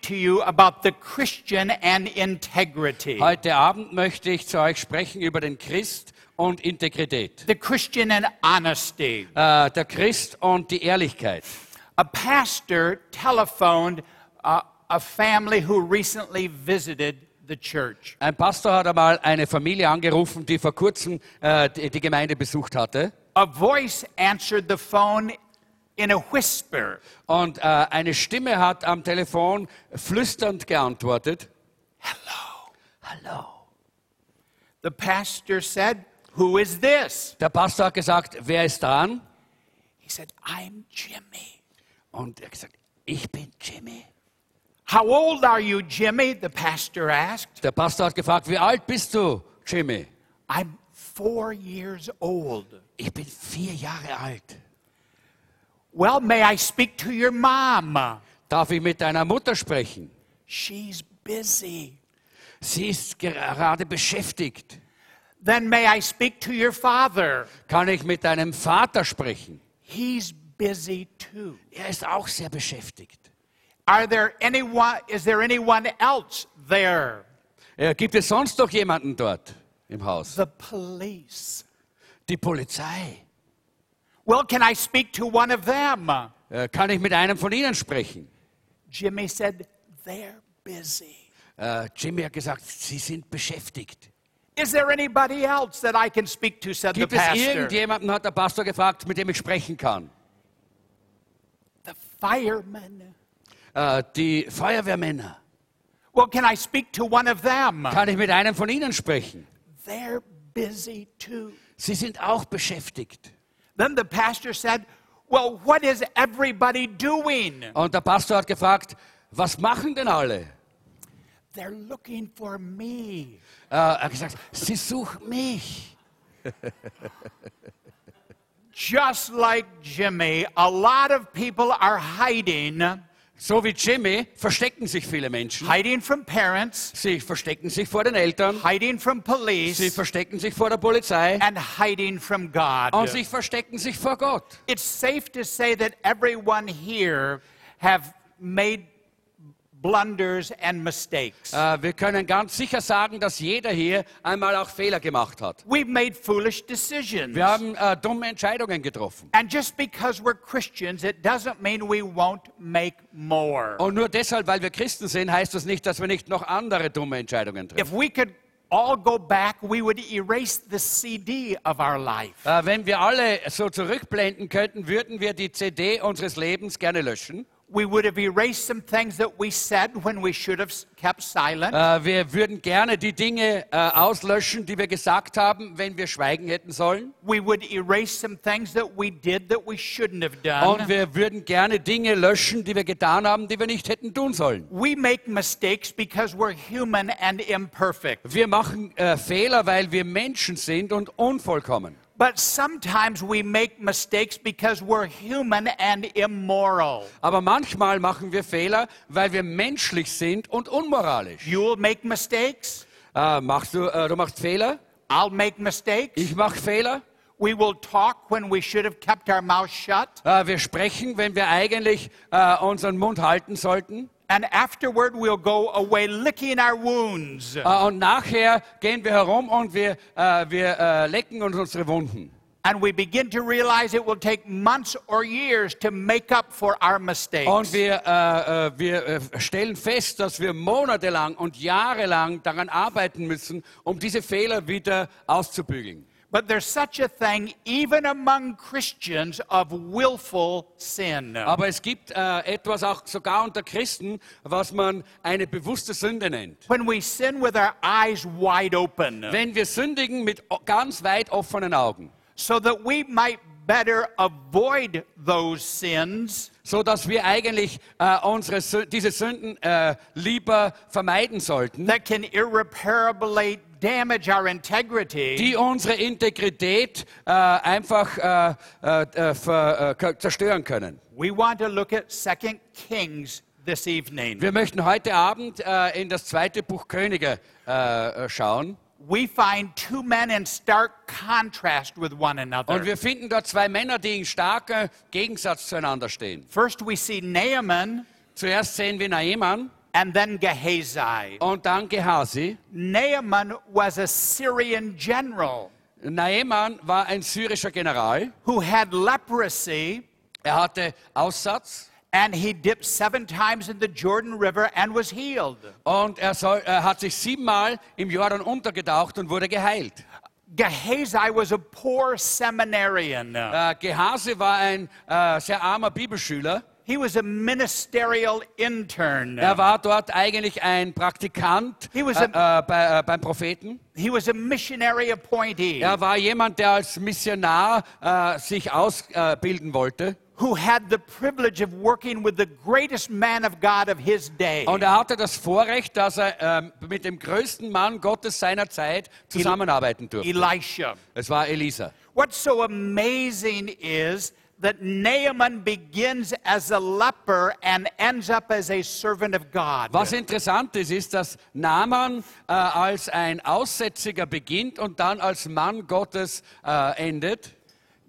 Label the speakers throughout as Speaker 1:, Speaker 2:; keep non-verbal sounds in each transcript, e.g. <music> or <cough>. Speaker 1: to you about the Christian and integrity.
Speaker 2: Heute Abend möchte ich zu euch sprechen über den Christ und Integrität.
Speaker 1: The Christian and honesty.
Speaker 2: Äh, der Christ und die Ehrlichkeit.
Speaker 1: A pastor telephoned uh, a family who recently visited the church.
Speaker 2: Ein Pastor hat einmal eine Familie angerufen, die vor kurzem äh, die, die Gemeinde besucht hatte.
Speaker 1: A voice answered the phone in a whisper
Speaker 2: Und äh, eine Stimme hat am Telefon flüsternd geantwortet. Hallo. Hallo.
Speaker 1: The pastor said, Who is this?
Speaker 2: Der Pastor hat gesagt, wer ist dran?
Speaker 1: He said, I'm Jimmy.
Speaker 2: Und er hat gesagt, ich bin Jimmy.
Speaker 1: How old are you, Jimmy? The pastor asked.
Speaker 2: Der Pastor hat gefragt, wie alt bist du, Jimmy?
Speaker 1: I'm four years old.
Speaker 2: Ich bin vier Jahre alt.
Speaker 1: Well, may I speak to your mom?
Speaker 2: Darf ich mit deiner Mutter sprechen?
Speaker 1: She's busy.
Speaker 2: Sie ist gerade beschäftigt.
Speaker 1: Then may I speak to your father?
Speaker 2: Kann ich mit deinem Vater sprechen?
Speaker 1: He's busy too.
Speaker 2: Er ist auch sehr beschäftigt.
Speaker 1: Are there anyone is there anyone else there?
Speaker 2: Äh, gibt es sonst noch jemanden dort im Haus?
Speaker 1: The police.
Speaker 2: Die Polizei.
Speaker 1: Well, can I speak to one of them?
Speaker 2: Äh, kann ich mit einem von ihnen sprechen?
Speaker 1: Jimmy said, They're busy.
Speaker 2: Äh, Jimmy hat gesagt, sie sind beschäftigt.
Speaker 1: Is there anybody else that I can speak to? said
Speaker 2: Gibt
Speaker 1: the
Speaker 2: es
Speaker 1: pastor.
Speaker 2: irgendjemanden, hat der Pastor gefragt, mit dem ich sprechen kann?
Speaker 1: The firemen.
Speaker 2: Äh, die Feuerwehrmänner.
Speaker 1: Well, can I speak to one of them?
Speaker 2: Kann ich mit einem von ihnen sprechen?
Speaker 1: They're busy too.
Speaker 2: Sie sind auch beschäftigt.
Speaker 1: Then the pastor said, Well, what is everybody doing?
Speaker 2: Und der Pastor hat gefragt, was machen denn alle?
Speaker 1: They're looking for me.
Speaker 2: Äh, er hat gesagt, sie suchen mich.
Speaker 1: Just like Jimmy, a lot of people are hiding,
Speaker 2: So wie Jimmy verstecken sich viele Menschen.
Speaker 1: hiding from parents,
Speaker 2: Sie verstecken sich vor den Eltern,
Speaker 1: hiding from
Speaker 2: sie
Speaker 1: police,
Speaker 2: verstecken sich vor der Polizei
Speaker 1: and hiding from God.
Speaker 2: und sie verstecken sich vor Gott.
Speaker 1: It's safe to say that everyone here have made blunders and mistakes.
Speaker 2: Äh, wir können ganz sicher sagen, dass jeder hier einmal auch Fehler gemacht hat.
Speaker 1: We've made foolish decisions.
Speaker 2: Wir haben äh, dumme Entscheidungen getroffen.
Speaker 1: And just because we're Christians, it doesn't mean we won't make more.
Speaker 2: Und nur deshalb, weil wir Christen sind, heißt das nicht, dass wir nicht noch andere dumme Entscheidungen treffen.
Speaker 1: If we could all go back, we would erase the CD of our life.
Speaker 2: Äh, wenn wir alle so zurückblenden könnten, würden wir die CD unseres Lebens gerne löschen.
Speaker 1: We would have erased some things that we said when we should have s- kept silent.
Speaker 2: Äh, wir würden gerne die Dinge äh, auslöschen, die wir gesagt haben, wenn wir schweigen hätten sollen.
Speaker 1: We would erase some things that we did that we shouldn't have
Speaker 2: Und
Speaker 1: done.
Speaker 2: wir würden gerne Dinge löschen, die wir getan haben, die wir nicht hätten tun sollen.
Speaker 1: We make mistakes because we're human and imperfect.
Speaker 2: Wir machen äh, Fehler, weil wir Menschen sind und unvollkommen.
Speaker 1: But sometimes we make mistakes because we're human and immoral.
Speaker 2: Aber manchmal machen wir Fehler, weil wir menschlich sind und unmoralisch.
Speaker 1: You'll make mistakes.
Speaker 2: Äh, machst du, äh, du machst Fehler,
Speaker 1: I'll make mistakes.
Speaker 2: ich mache Fehler.
Speaker 1: We will talk when we should have kept our mouth shut.
Speaker 2: Äh, wir sprechen, wenn wir eigentlich äh, unseren Mund halten sollten.
Speaker 1: And afterward, we'll go away licking our wounds.
Speaker 2: Äh, und nachher gehen wir herum und wir, äh, wir äh, lecken uns unsere Wunden.
Speaker 1: And we begin to realize it will take months or years to make up for our
Speaker 2: Und
Speaker 1: mistakes.
Speaker 2: wir, äh, äh, wir äh, stellen fest, dass wir monatelang und jahrelang daran arbeiten müssen, um diese Fehler wieder auszubügeln.
Speaker 1: But there's such a thing, even among Christians, of willful sin.
Speaker 2: Aber es gibt äh, etwas auch sogar unter Christen, was man eine bewusste Sünde nennt.
Speaker 1: When we sin with our eyes wide open,
Speaker 2: Wenn wir sündigen mit o- ganz weit offenen Augen,
Speaker 1: so that we might better avoid those sins,
Speaker 2: so dass wir eigentlich äh, unsere Sü diese Sünden äh, lieber vermeiden sollten,
Speaker 1: that can irreparably damage our integrity.
Speaker 2: die unsere Integrität äh, einfach äh, äh, äh, ver, äh, k- zerstören können.
Speaker 1: We want to look at 2 Kings this evening.
Speaker 2: Wir möchten heute Abend äh, in das zweite Buch Könige äh, äh, schauen.
Speaker 1: We find two men in stark contrast with one
Speaker 2: Und
Speaker 1: another.
Speaker 2: wir finden dort zwei Männer, die in starkem Gegensatz zueinander stehen.
Speaker 1: First, we see Naaman,
Speaker 2: Zuerst sehen wir Naaman,
Speaker 1: and then Gehazi.
Speaker 2: und dann Gehasi.
Speaker 1: Naaman was a Syrian general
Speaker 2: Naeman war ein syrischer General.
Speaker 1: who had leprosy
Speaker 2: Er hatte Aussatz
Speaker 1: and he dipped seven times in the Jordan River and was healed.
Speaker 2: und er, soll, er hat sich siebenmal im Jordan untergetaucht und wurde geheilt.
Speaker 1: Gehazi was a poor seminarian.
Speaker 2: Äh, Gehasi war ein äh, sehr armer Bibelschüler.
Speaker 1: He was a ministerial intern.
Speaker 2: Er war dort eigentlich ein Praktikant äh,
Speaker 1: He was
Speaker 2: äh, bei, äh, beim Propheten.
Speaker 1: He was a missionary appointee
Speaker 2: Er war jemand, der als Missionar äh, sich ausbilden äh, bilden wollte.
Speaker 1: who had the privilege of working with the greatest man of God of his day.
Speaker 2: Und er hatte das Vorrecht, dass er ähm, mit dem größten Mann Gottes seiner Zeit zusammenarbeiten durfte.
Speaker 1: Elisha.
Speaker 2: Es war Elisa.
Speaker 1: What's so amazing is that Naaman begins as a leper and ends up as a servant of God.
Speaker 2: Was interessant ist, ist, dass Naaman äh, als ein Aussätziger beginnt und dann als Mann Gottes äh, endet.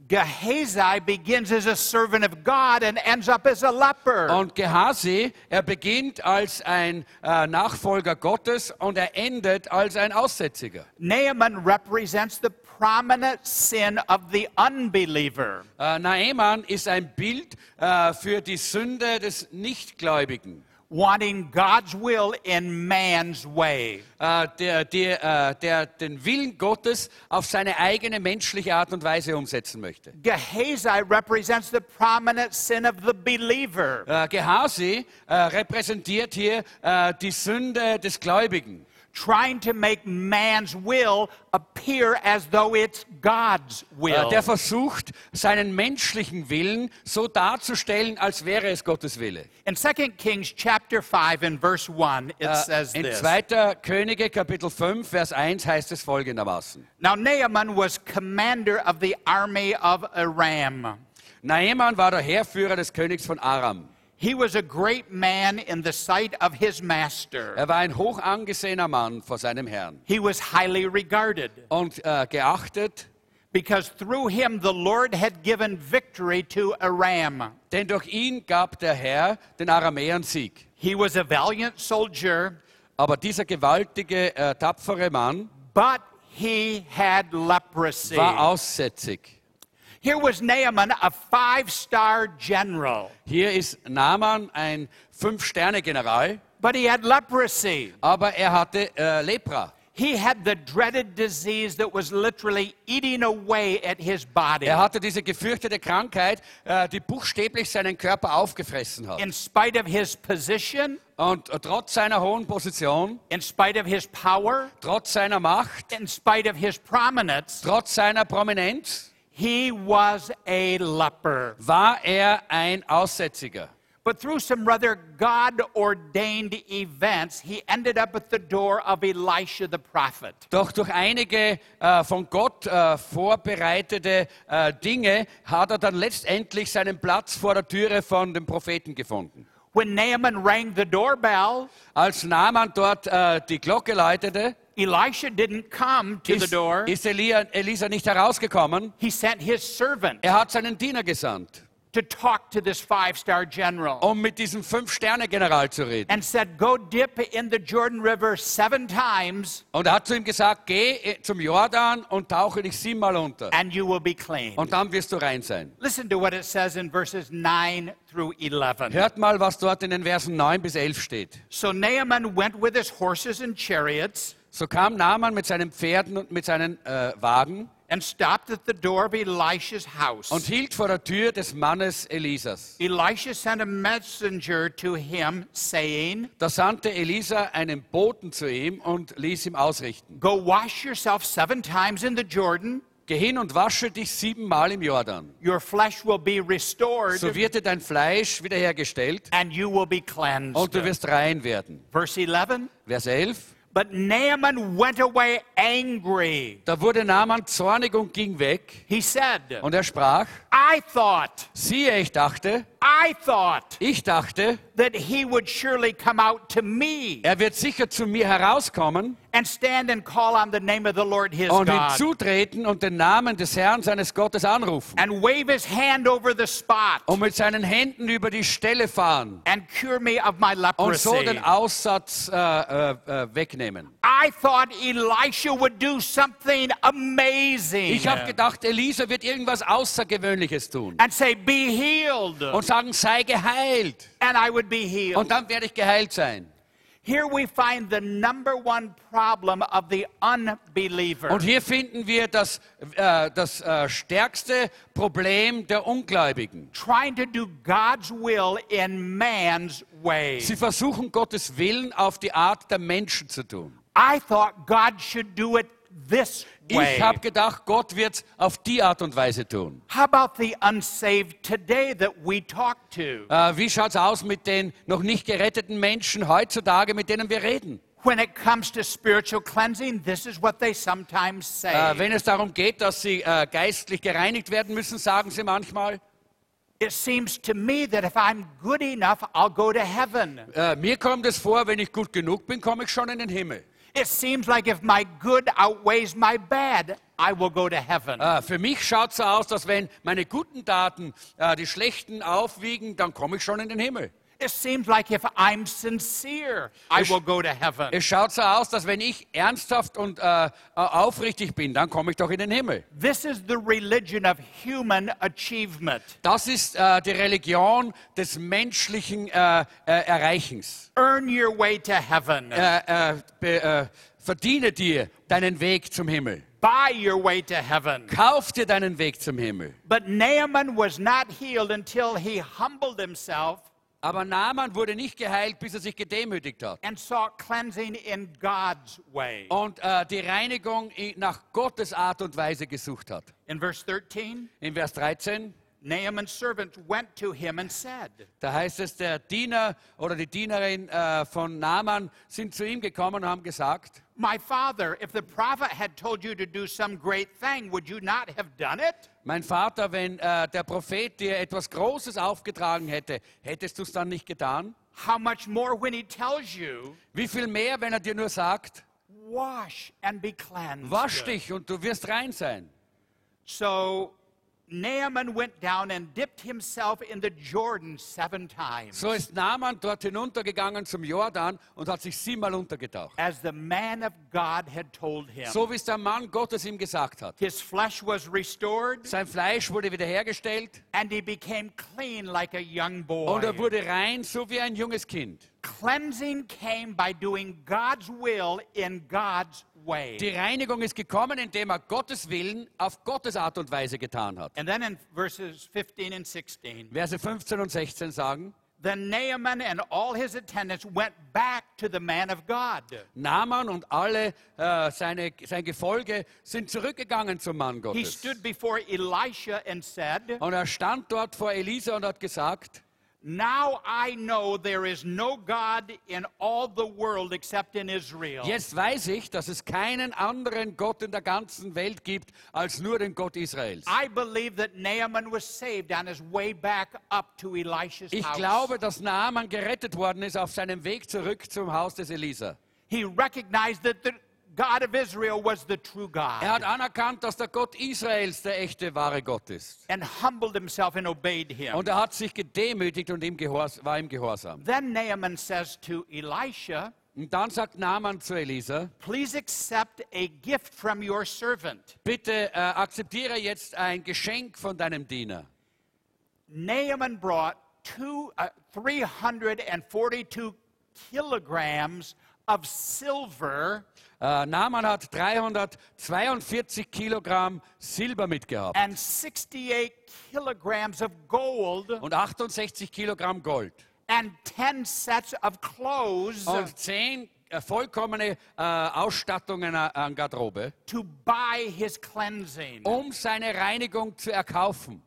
Speaker 1: Gehazi begins as a servant of God and ends up as a leper.
Speaker 2: Und Gehasi, er beginnt als ein äh, Nachfolger Gottes und er endet als ein Aussätziger.
Speaker 1: Naaman represents the prominent sin of the unbeliever.
Speaker 2: Äh, Naaman ist ein Bild äh, für die Sünde des Nichtgläubigen,
Speaker 1: wanting God's will in man's way.
Speaker 2: äh, der, der, äh, der den Willen Gottes auf seine eigene menschliche Art und Weise umsetzen möchte.
Speaker 1: Gehazi represents the prominent sin of the believer.
Speaker 2: Äh, Gehasi äh, repräsentiert hier äh, die Sünde des Gläubigen.
Speaker 1: Trying to make man's will appear as though it's God's
Speaker 2: Äh,
Speaker 1: will.
Speaker 2: der versucht, seinen menschlichen Willen so darzustellen, als wäre es Gottes Wille.
Speaker 1: In 2 Kings chapter 5 and verse 1, it says
Speaker 2: In
Speaker 1: this.
Speaker 2: 2. Könige, Kapitel 5, Vers 1 heißt es folgendermaßen.
Speaker 1: Now Naaman was commander of the army of Aram.
Speaker 2: Naeman war der Heerführer des Königs von Aram.
Speaker 1: He was a great man in the sight of his master.
Speaker 2: Er war ein hoch angesehener Mann vor seinem Herrn
Speaker 1: He was highly regarded.
Speaker 2: und äh, geachtet,
Speaker 1: because through him the Lord had given victory to Aram.
Speaker 2: denn durch ihn gab der Herr den Aramäern Sieg.
Speaker 1: He was a valiant soldier,
Speaker 2: Aber dieser gewaltige, äh, tapfere Mann
Speaker 1: but he had leprosy.
Speaker 2: war aussätzig.
Speaker 1: Here was Naaman, a five star general,
Speaker 2: Hier ist Naaman ein Fünf-Sterne-General,
Speaker 1: but he had leprosy.
Speaker 2: aber er hatte äh, Lepra.
Speaker 1: He had the dreaded disease that was literally eating away at his body.
Speaker 2: Er hatte diese gefürchtete Krankheit, äh, die buchstäblich seinen Körper aufgefressen hat.
Speaker 1: In spite of his position,
Speaker 2: Und trotz seiner hohen Position,
Speaker 1: in spite of his power,
Speaker 2: trotz seiner Macht,
Speaker 1: in spite of his prominence,
Speaker 2: trotz seiner Prominenz
Speaker 1: he was a leper.
Speaker 2: war er ein Aussätziger.
Speaker 1: But through some rather God ordained events, he ended up at the door of Elisha the prophet.
Speaker 2: Doch durch einige äh, von Gott äh, vorbereitete äh, Dinge hat er dann letztendlich seinen Platz vor der Türe von dem Propheten gefunden.
Speaker 1: When Naaman rang the doorbell,
Speaker 2: Als Naaman dort äh, die Glocke läutete,
Speaker 1: Elisha didn't come to the
Speaker 2: ist,
Speaker 1: door.
Speaker 2: ist Elia, Elisa nicht herausgekommen.
Speaker 1: He sent his servant
Speaker 2: Er hat seinen Diener gesandt,
Speaker 1: to talk to this five star general
Speaker 2: um mit diesem Fünf-Sterne-General zu reden.
Speaker 1: and said, Go dip in the Jordan River seven times
Speaker 2: Und er hat zu ihm gesagt, geh äh, zum Jordan und tauche dich siebenmal unter.
Speaker 1: and you will be clean.
Speaker 2: Und dann wirst du rein sein.
Speaker 1: Listen to what it says in verses 9 through 11.
Speaker 2: Hört mal, was dort in den Versen 9 bis 11 steht.
Speaker 1: So Naaman went with his horses and chariots
Speaker 2: So kam Naaman mit seinen Pferden und mit seinen äh, Wagen
Speaker 1: and stopped at the door of Elisha's house.
Speaker 2: und hielt vor der Tür des Mannes Elisas.
Speaker 1: Elisha sent a messenger to him, saying,
Speaker 2: Da sandte Elisa einen Boten zu ihm und ließ ihm ausrichten.
Speaker 1: Go wash yourself seven times in the Jordan,
Speaker 2: Geh hin und wasche dich siebenmal im Jordan.
Speaker 1: your flesh will be restored,
Speaker 2: So wird dir dein Fleisch wiederhergestellt
Speaker 1: and you will be cleansed.
Speaker 2: und du wirst rein werden.
Speaker 1: Verse 11
Speaker 2: Vers 11.
Speaker 1: But Naaman went away angry.
Speaker 2: Da wurde Naaman zornig und ging weg.
Speaker 1: He said,
Speaker 2: Und er sprach,
Speaker 1: I thought
Speaker 2: siehe, ich dachte,
Speaker 1: I thought
Speaker 2: Ich dachte,
Speaker 1: that he would surely come out to me
Speaker 2: er wird sicher zu mir herauskommen
Speaker 1: and stand and call on the name of the Lord his
Speaker 2: und
Speaker 1: God
Speaker 2: hinzutreten und den Namen des Herrn seines Gottes anrufen
Speaker 1: and wave his hand over the spot
Speaker 2: und mit seinen Händen über die Stelle fahren
Speaker 1: and cure me of my
Speaker 2: und Oh, so
Speaker 1: leprosy.
Speaker 2: den Aussatz äh, äh, äh, wegnehmen.
Speaker 1: I thought Elisha would do something amazing
Speaker 2: Ich habe gedacht, Elisa wird irgendwas Außergewöhnliches tun
Speaker 1: and say, Be healed,
Speaker 2: und sagen, sei geheilt
Speaker 1: and I would be healed.
Speaker 2: und dann werde ich geheilt sein.
Speaker 1: Here we find the number one problem of the unbeliever.
Speaker 2: Und hier finden wir das, äh, das äh, stärkste Problem der Ungläubigen.
Speaker 1: trying to do God's will in man's way.
Speaker 2: Sie versuchen Gottes Willen auf die Art der Menschen zu tun.
Speaker 1: I thought God should do it this way.
Speaker 2: Ich habe gedacht, Gott wird es auf die Art und Weise tun.
Speaker 1: How about the unsaved today that we talk to?
Speaker 2: Äh, wie schaut es aus mit den noch nicht geretteten Menschen heutzutage, mit denen wir reden?
Speaker 1: When it comes to spiritual cleansing, this is what they sometimes say.
Speaker 2: Äh, wenn es darum geht, dass sie äh, geistlich gereinigt werden müssen, sagen sie manchmal,
Speaker 1: it seems to me that if I'm good enough, I'll go to heaven.
Speaker 2: äh, mir kommt es vor, wenn ich gut genug bin, komme ich schon in den Himmel.
Speaker 1: It seems like if my good outweighs my bad, I will go to heaven.
Speaker 2: Äh, für mich schaut es so aus, dass wenn meine guten Taten äh, die schlechten aufwiegen, dann komme ich schon in den Himmel.
Speaker 1: it seems like if I'm sincere, I
Speaker 2: Es-
Speaker 1: will go to heaven.
Speaker 2: Es schaut so aus, dass wenn ich ernsthaft und äh, äh, aufrichtig bin, dann komme ich doch in den Himmel.
Speaker 1: This is the religion of human achievement,
Speaker 2: Das ist äh, die Religion des menschlichen äh, äh, Erreichens.
Speaker 1: earn your way to heaven.
Speaker 2: Äh, äh, be, äh, verdiene dir deinen Weg zum Himmel.
Speaker 1: buy your way to heaven.
Speaker 2: Kauf dir deinen Weg zum Himmel.
Speaker 1: But Naaman was not healed until he humbled himself
Speaker 2: Aber Naaman wurde nicht geheilt, bis er sich gedemütigt hat.
Speaker 1: and sought cleansing in God's way.
Speaker 2: Und äh, die Reinigung i- nach Gottes Art und Weise gesucht hat.
Speaker 1: In verse 13,
Speaker 2: In Vers 13,
Speaker 1: Naaman's servant went to him and said,
Speaker 2: da heißt es, der Diener oder die Dienerin äh, von Naaman sind zu ihm gekommen und haben gesagt,
Speaker 1: My father, if the prophet had told you to do some great thing, would you not have done it?
Speaker 2: mein Vater, wenn äh, der Prophet dir etwas Großes aufgetragen hätte, hättest du es dann nicht getan?
Speaker 1: How much more when he tells you,
Speaker 2: Wie viel mehr, wenn er dir nur sagt,
Speaker 1: wash and be cleansed?
Speaker 2: wasch dich und du wirst rein sein.
Speaker 1: So Naaman went down and dipped himself in the Jordan seven times.
Speaker 2: So ist Naaman dort hinuntergegangen zum Jordan und hat sich siebenmal untergetaucht.
Speaker 1: as the man of God had told him.
Speaker 2: So wie es der Mann Gottes ihm gesagt hat.
Speaker 1: his flesh was restored
Speaker 2: Sein Fleisch wurde wiederhergestellt
Speaker 1: and he became clean like a young boy.
Speaker 2: und er wurde rein, so wie ein junges Kind.
Speaker 1: Cleansing came by doing God's will in God's way.
Speaker 2: Die Reinigung ist gekommen, indem er Gottes Willen auf Gottes Art und Weise getan hat.
Speaker 1: and then in verses 15 and 16,
Speaker 2: Verse 15 und 16 sagen,
Speaker 1: then Naaman and all his attendants went back to the man of God.
Speaker 2: Naaman und alle äh, seine, sein Gefolge sind zurückgegangen zum Mann
Speaker 1: He
Speaker 2: Gottes.
Speaker 1: stood before Elisha and said,
Speaker 2: Und er stand dort vor Elisa und hat gesagt,
Speaker 1: Now I know there is no God in all the world except in Israel.
Speaker 2: jetzt weiß ich, dass es keinen anderen Gott in der ganzen Welt gibt, als nur den Gott Israels.
Speaker 1: I believe that Naaman was saved on his way back up to Elisha's
Speaker 2: Ich
Speaker 1: house.
Speaker 2: glaube, dass Naaman gerettet worden ist auf seinem Weg zurück zum Haus des Elisa.
Speaker 1: he recognized that the God of Israel was the true God
Speaker 2: Er hat anerkannt, dass der Gott Israels der echte, wahre Gott ist.
Speaker 1: and humbled himself and obeyed him.
Speaker 2: Und er hat sich gedemütigt und ihm gehors war ihm gehorsam.
Speaker 1: then Naaman says to Elisha,
Speaker 2: Und dann sagt Naaman zu Elisa,
Speaker 1: Please accept a gift from your servant.
Speaker 2: bitte äh, akzeptiere jetzt ein Geschenk von deinem Diener.
Speaker 1: Naaman brought two, uh, 342 kilograms of silver
Speaker 2: Äh, Naaman hat 342 Kilogramm Silber mitgehabt
Speaker 1: and 68 kilograms of gold.
Speaker 2: und 68 Kilogramm Gold
Speaker 1: and 10 sets of clothes
Speaker 2: und 10 äh, vollkommene äh, Ausstattungen an- an Garderobe,
Speaker 1: to buy his cleansing.
Speaker 2: um seine Reinigung zu erkaufen.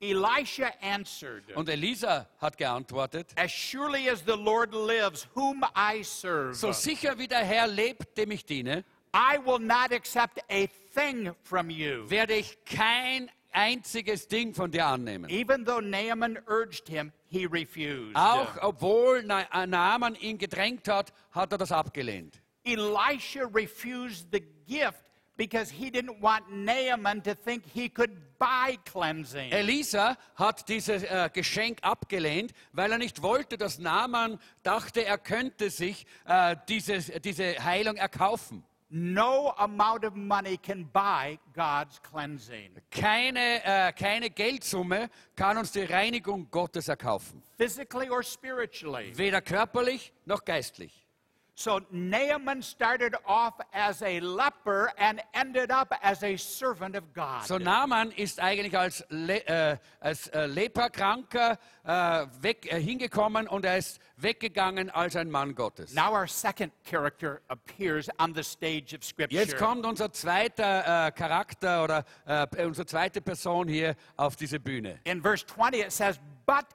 Speaker 1: Elisha answered,
Speaker 2: Und Elisa hat geantwortet,
Speaker 1: As surely as the Lord lives, whom I serve,
Speaker 2: so sicher wie der Herr lebt, dem ich diene,
Speaker 1: I will not accept a thing from you.
Speaker 2: werde ich kein einziges Ding von dir annehmen.
Speaker 1: Even though Naaman urged him, he refused.
Speaker 2: Auch obwohl Na- Naaman ihn gedrängt hat, hat er das abgelehnt.
Speaker 1: Elisha refused the gift because he didn't want Naaman to think he could buy cleansing.
Speaker 2: Elisa hat dieses äh, Geschenk abgelehnt, weil er nicht wollte, dass Naaman dachte, er könnte sich äh, dieses, diese Heilung erkaufen.
Speaker 1: no amount of money can buy God's cleansing.
Speaker 2: Keine, äh, keine Geldsumme kann uns die Reinigung Gottes erkaufen.
Speaker 1: physically or spiritually.
Speaker 2: Weder körperlich noch geistlich.
Speaker 1: So Naaman started off as a leper and ended up as a servant of God.
Speaker 2: So Naaman ist eigentlich als, Le äh, als äh, Leprakranker äh, weg, äh, hingekommen und er ist weggegangen als ein Mann Gottes.
Speaker 1: now our second character appears on the stage of Scripture.
Speaker 2: Jetzt kommt unser zweiter äh, Charakter oder äh, unsere zweite Person hier auf diese Bühne.
Speaker 1: In verse 20 it says, But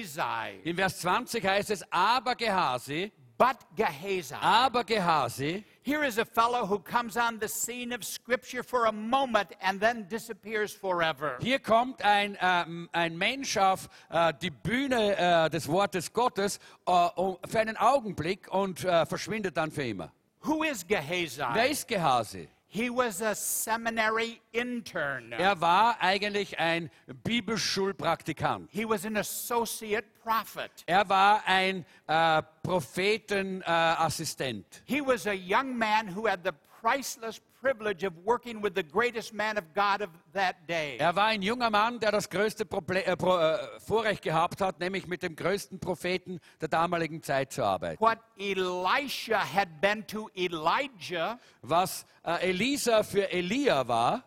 Speaker 1: Gehazi,
Speaker 2: In Vers 20 heißt es, aber Gehasi,
Speaker 1: but Gehazi.
Speaker 2: aber Gehasi,
Speaker 1: Here is a fellow who comes on the scene of Scripture for a moment and then disappears forever.
Speaker 2: hier kommt ein, ähm, ein Mensch auf äh, die Bühne äh, des Wortes Gottes äh, um, für einen Augenblick und äh, verschwindet dann für immer.
Speaker 1: Who is Gehazi?
Speaker 2: Wer ist Gehasi?
Speaker 1: He was a seminary intern.
Speaker 2: Er war eigentlich ein Bibelschulpraktikant.
Speaker 1: He was an associate prophet.
Speaker 2: Er war ein äh, Prophetenassistent. Äh, Assistent.
Speaker 1: He was a young man who had the priceless privilege of working with the greatest man of God of that day.
Speaker 2: er war ein junger Mann, der das größte Proble äh, Pro äh, Vorrecht gehabt hat, nämlich mit dem größten Propheten der damaligen Zeit zu arbeiten.
Speaker 1: What Elisha had been to Elijah,
Speaker 2: Was äh, Elisa für Elia war,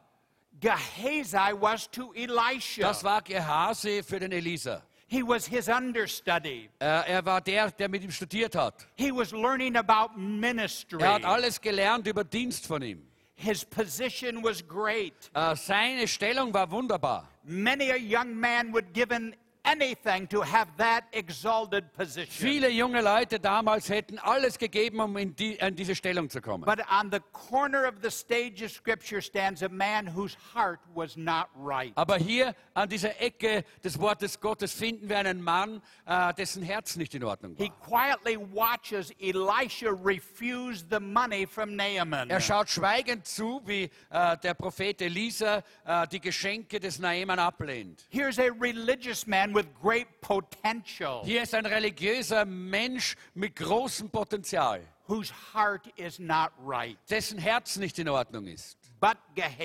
Speaker 1: Gehazi was to Elisha.
Speaker 2: das war Gehasi für den Elisa.
Speaker 1: He was his understudy.
Speaker 2: Äh, er war der, der mit ihm studiert hat.
Speaker 1: He was learning about ministry.
Speaker 2: Er hat alles gelernt über Dienst von ihm.
Speaker 1: His position was great.
Speaker 2: Äh, seine Stellung war wunderbar.
Speaker 1: Many a young man would give in anything to have that exalted position.
Speaker 2: Viele junge Leute damals hätten alles gegeben, um in, die, an diese Stellung zu kommen.
Speaker 1: But on the corner of the stage of Scripture stands a man whose heart was not right.
Speaker 2: Aber hier an dieser Ecke des Wortes Gottes finden wir einen Mann, äh, dessen Herz nicht in Ordnung
Speaker 1: He
Speaker 2: war.
Speaker 1: quietly watches Elisha refuse the money from Naaman.
Speaker 2: Er schaut schweigend zu, wie äh, der Prophet Elisa äh, die Geschenke des Naaman ablehnt.
Speaker 1: Here's a religious man with great potential
Speaker 2: Hier ist ein religiöser Mensch mit großem Potenzial,
Speaker 1: whose heart is not right.
Speaker 2: dessen Herz nicht in Ordnung ist.
Speaker 1: But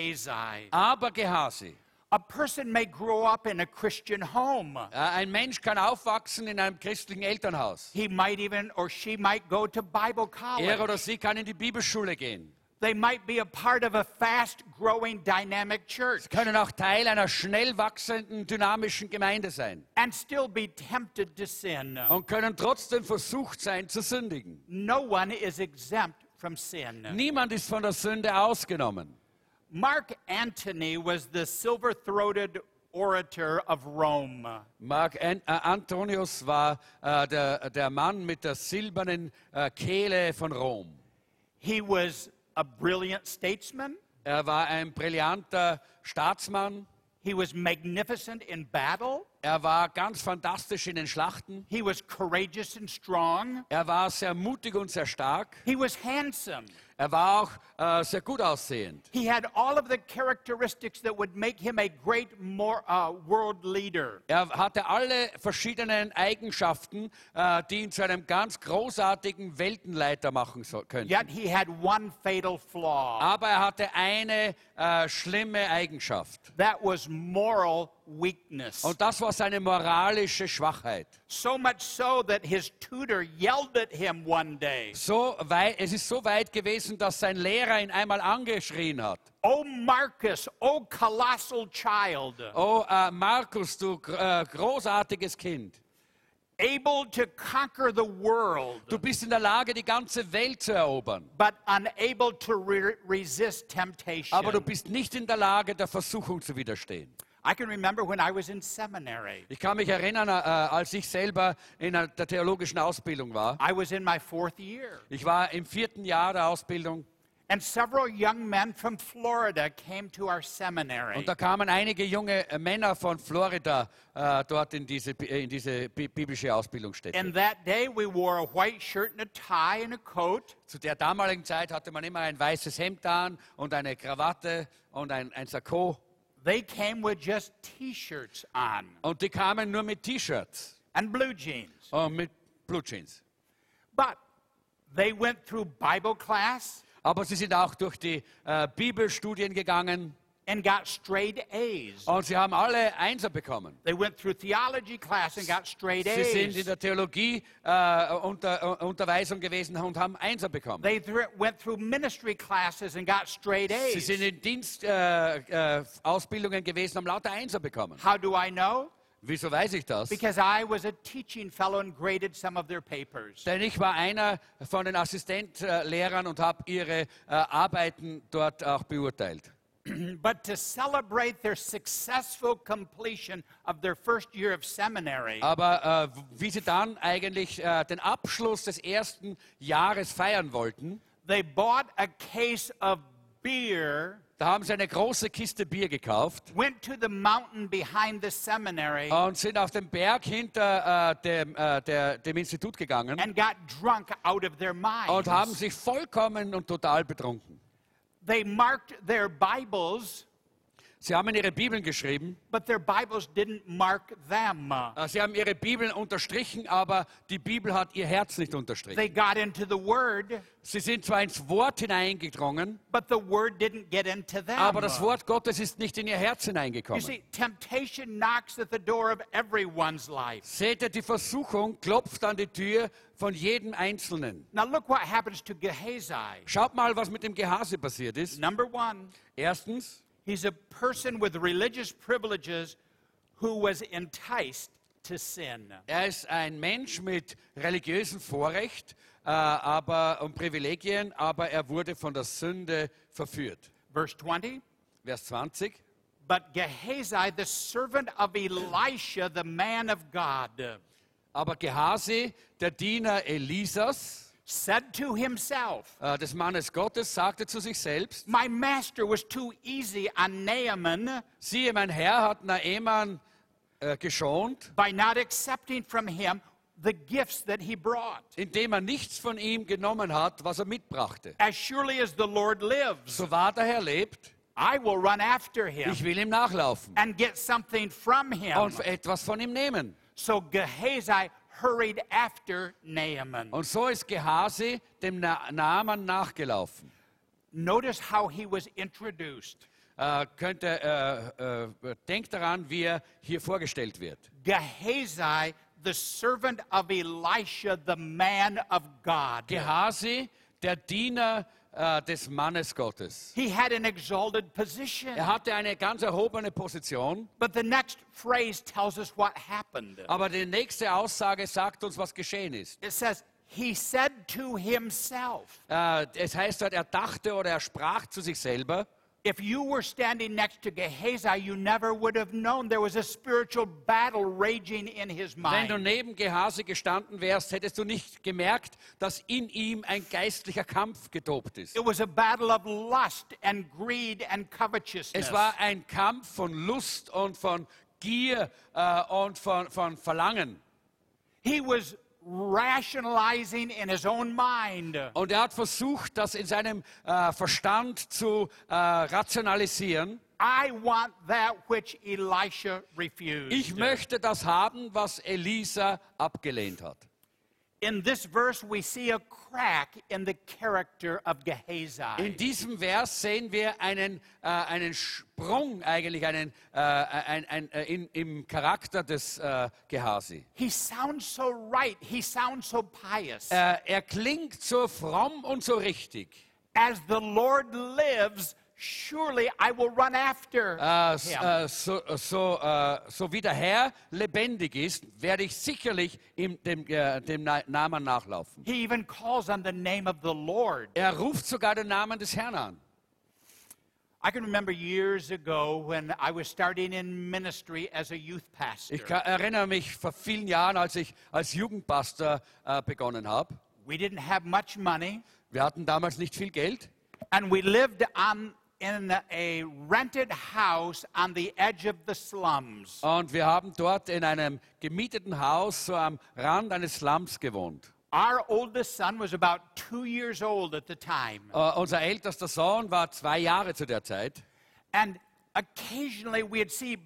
Speaker 1: Gehazi.
Speaker 2: Aber Gehasi,
Speaker 1: A person may grow up in a Christian home.
Speaker 2: äh, ein Mensch kann aufwachsen in einem christlichen Elternhaus.
Speaker 1: He might even or she might go to Bible
Speaker 2: Er
Speaker 1: college.
Speaker 2: oder sie kann in die Bibelschule gehen.
Speaker 1: They might be a part of a fast growing dynamic church.
Speaker 2: können auch Teil einer schnell wachsenden, dynamischen Gemeinde sein
Speaker 1: and still be tempted to sin.
Speaker 2: und können trotzdem versucht sein zu sündigen.
Speaker 1: No one is exempt from sin.
Speaker 2: Niemand ist von der Sünde ausgenommen.
Speaker 1: Mark Antony was the silver throated orator of Rome.
Speaker 2: Mark An äh, Antonius war äh, der, der Mann mit der silbernen äh, Kehle von Rom.
Speaker 1: He was a brilliant statesman,
Speaker 2: Er war ein brillanter Staatsmann.
Speaker 1: he was magnificent in battle,
Speaker 2: Er war ganz fantastisch in den Schlachten.
Speaker 1: he was courageous and strong,
Speaker 2: Er war sehr mutig und sehr stark.
Speaker 1: he was handsome.
Speaker 2: Er war auch äh, sehr gut aussehend.
Speaker 1: He had all of the characteristics that would make him a great mor- uh, world leader.
Speaker 2: Er hatte alle verschiedenen Eigenschaften, äh, die ihn zu einem ganz großartigen Weltenleiter machen so können.
Speaker 1: Yet he had one fatal flaw
Speaker 2: Aber er hatte eine äh, schlimme Eigenschaft.
Speaker 1: that was moral weakness.
Speaker 2: Und das war seine moralische Schwachheit.
Speaker 1: So much so that his tutor yelled at him one day,
Speaker 2: So weit, es ist so weit gewesen, dass sein Lehrer ihn einmal angeschrien hat.
Speaker 1: O Marcus, O colossal child,
Speaker 2: Oh, äh, Markus, du gr- äh, großartiges Kind.
Speaker 1: able to conquer the world,
Speaker 2: Du bist in der Lage, die ganze Welt zu erobern.
Speaker 1: but unable to re- resist temptation.
Speaker 2: Aber du bist nicht in der Lage, der Versuchung zu widerstehen.
Speaker 1: I can remember when I was in seminary.
Speaker 2: Ich kann mich erinnern, äh, als ich selber in einer- der theologischen Ausbildung war.
Speaker 1: I was in my fourth year,
Speaker 2: Ich war im vierten Jahr der Ausbildung
Speaker 1: And several young men from Florida came to our seminary.
Speaker 2: Und da kamen einige junge Männer von Florida äh, dort in diese, Bi- äh, in diese bi- biblische Ausbildungsstätte.
Speaker 1: And that day we wore a white shirt and a tie and a coat.
Speaker 2: Zu der damaligen Zeit hatte man immer ein weißes Hemd an und eine Krawatte und ein, ein Sakko.
Speaker 1: They came with just t shirts on
Speaker 2: Und die kamen nur mit T-Shirts
Speaker 1: and blue jeans.
Speaker 2: und mit Blue Jeans.
Speaker 1: But they went through Bible class
Speaker 2: Aber sie sind auch durch die äh, Bibelstudien gegangen
Speaker 1: and got straight A's.
Speaker 2: und sie haben alle Einser bekommen.
Speaker 1: They went through theology class and got straight
Speaker 2: Sie sind in
Speaker 1: A's.
Speaker 2: der Theologie äh, unter, äh, Unterweisung gewesen und haben Einser bekommen.
Speaker 1: They thr- went through ministry classes and got straight
Speaker 2: Sie sind
Speaker 1: A's.
Speaker 2: in Dienstausbildungen äh, Ausbildungen gewesen, haben lauter Einser bekommen.
Speaker 1: How do I know?
Speaker 2: Wieso weiß ich das?
Speaker 1: Because I was a teaching fellow and graded some of their papers.
Speaker 2: Denn ich war einer von den Assistentlehrern und habe ihre äh, Arbeiten dort auch beurteilt.
Speaker 1: <clears throat> But to celebrate their successful completion of their first year of seminary,
Speaker 2: Aber äh, wie sie dann eigentlich äh, den Abschluss des ersten Jahres feiern wollten,
Speaker 1: they bought a case of beer,
Speaker 2: da haben sie eine große Kiste Bier gekauft
Speaker 1: went to the mountain behind the seminary,
Speaker 2: und sind auf den Berg hinter äh, dem, äh, der, dem Institut gegangen
Speaker 1: and got drunk out of their
Speaker 2: und haben
Speaker 1: minds.
Speaker 2: sich vollkommen und total betrunken.
Speaker 1: They marked their Bibles,
Speaker 2: Sie haben in ihre Bibeln geschrieben,
Speaker 1: but their Bibles didn't mark them.
Speaker 2: äh, sie haben ihre Bibeln unterstrichen, aber die Bibel hat ihr Herz nicht unterstrichen.
Speaker 1: They got into the Word,
Speaker 2: Sie sind zwar ins Wort hineingedrungen,
Speaker 1: but the Word didn't get into them.
Speaker 2: Aber das Wort Gottes ist nicht in ihr Herz
Speaker 1: You
Speaker 2: hineingekommen.
Speaker 1: see, temptation knocks at the door of everyone's life.
Speaker 2: Seht ihr, die Versuchung klopft an die Tür von jedem Einzelnen.
Speaker 1: Now look what happens to Gehazi.
Speaker 2: Schaut mal, was mit dem Gehase passiert ist.
Speaker 1: Number one,
Speaker 2: Erstens,
Speaker 1: he's a person with religious privileges who was enticed to sin.
Speaker 2: er ist ein Mensch mit religiösem Vorrecht äh, aber, und Privilegien, aber er wurde von der Sünde verführt.
Speaker 1: Verse 20,
Speaker 2: Vers 20.
Speaker 1: but Gehazi, the servant of Elisha, the man of God,
Speaker 2: Aber Gehase, der Diener Elisas,
Speaker 1: said to himself,
Speaker 2: äh, des Mannes Gottes, sagte zu sich selbst,
Speaker 1: My master was too easy on Naaman
Speaker 2: siehe, mein Herr hat Naeman äh, geschont
Speaker 1: by not accepting from him the gifts that he brought.
Speaker 2: indem er nichts von ihm genommen hat, was er mitbrachte.
Speaker 1: As surely as the Lord lives,
Speaker 2: So wahr der Herr lebt,
Speaker 1: I will run after him
Speaker 2: ich will ihm nachlaufen
Speaker 1: and get something from him.
Speaker 2: und etwas von ihm nehmen.
Speaker 1: So Gehazi hurried after Naaman.
Speaker 2: Und so ist Gehasi dem Na Naaman nachgelaufen.
Speaker 1: Notice how he was introduced.
Speaker 2: Äh, könnt ihr, äh, äh, denkt daran, wie er hier vorgestellt wird.
Speaker 1: Gehazi, the servant of Elisha, the man of God.
Speaker 2: Gehasi, der Diener äh, des Mannes Gottes.
Speaker 1: He had an exalted position.
Speaker 2: Er hatte eine ganz erhobene Position,
Speaker 1: But the next phrase tells us what happened.
Speaker 2: aber die nächste Aussage sagt uns, was geschehen ist.
Speaker 1: It says, He said to himself,
Speaker 2: Äh, es heißt dort, er dachte oder er sprach zu sich selber,
Speaker 1: If you were standing next to Gehazi, you never would have known there was a spiritual battle raging in his
Speaker 2: Wenn du
Speaker 1: mind.
Speaker 2: neben Gehase gestanden wärst, hättest du nicht gemerkt, dass in ihm ein geistlicher Kampf getobt ist.
Speaker 1: It was a battle of lust and greed and covetousness.
Speaker 2: Es war ein Kampf von Lust und von Gier äh, und von, von Verlangen.
Speaker 1: He was rationalizing in his own mind.
Speaker 2: Und er hat versucht, das in seinem äh, Verstand zu äh, rationalisieren.
Speaker 1: I want that which Elisha refused.
Speaker 2: Ich möchte das haben, was Elisa abgelehnt hat.
Speaker 1: in this verse, we see a crack in the character of Gehazi.
Speaker 2: In diesem Vers sehen wir einen, äh, einen Sprung eigentlich einen, äh, ein, ein, äh, in, im Charakter des äh, Gehasi.
Speaker 1: he sounds so right. He sounds so pious.
Speaker 2: Äh, er klingt so fromm und so richtig.
Speaker 1: As the Lord lives, surely I will run after
Speaker 2: Äh, s-
Speaker 1: him.
Speaker 2: äh, so, so, äh, so wie der Herr lebendig ist, werde ich sicherlich ihm, dem, äh, dem Na- Namen nachlaufen.
Speaker 1: he even calls on the name of the Lord.
Speaker 2: Er ruft sogar den Namen des Herrn an.
Speaker 1: I can remember years ago when I was starting in ministry as a youth pastor.
Speaker 2: Ich ka- erinnere mich vor vielen Jahren, als ich als Jugendpastor äh, begonnen habe.
Speaker 1: We didn't have much money,
Speaker 2: Wir hatten damals nicht viel Geld.
Speaker 1: and we lived on in a rented house on the edge of the slums.
Speaker 2: Und wir haben dort in einem gemieteten Haus so am Rand eines Slums gewohnt.
Speaker 1: Our oldest son was about two years old at the time,
Speaker 2: Äh, unser ältester Sohn war zwei Jahre zu der Zeit.
Speaker 1: and occasionally we'd see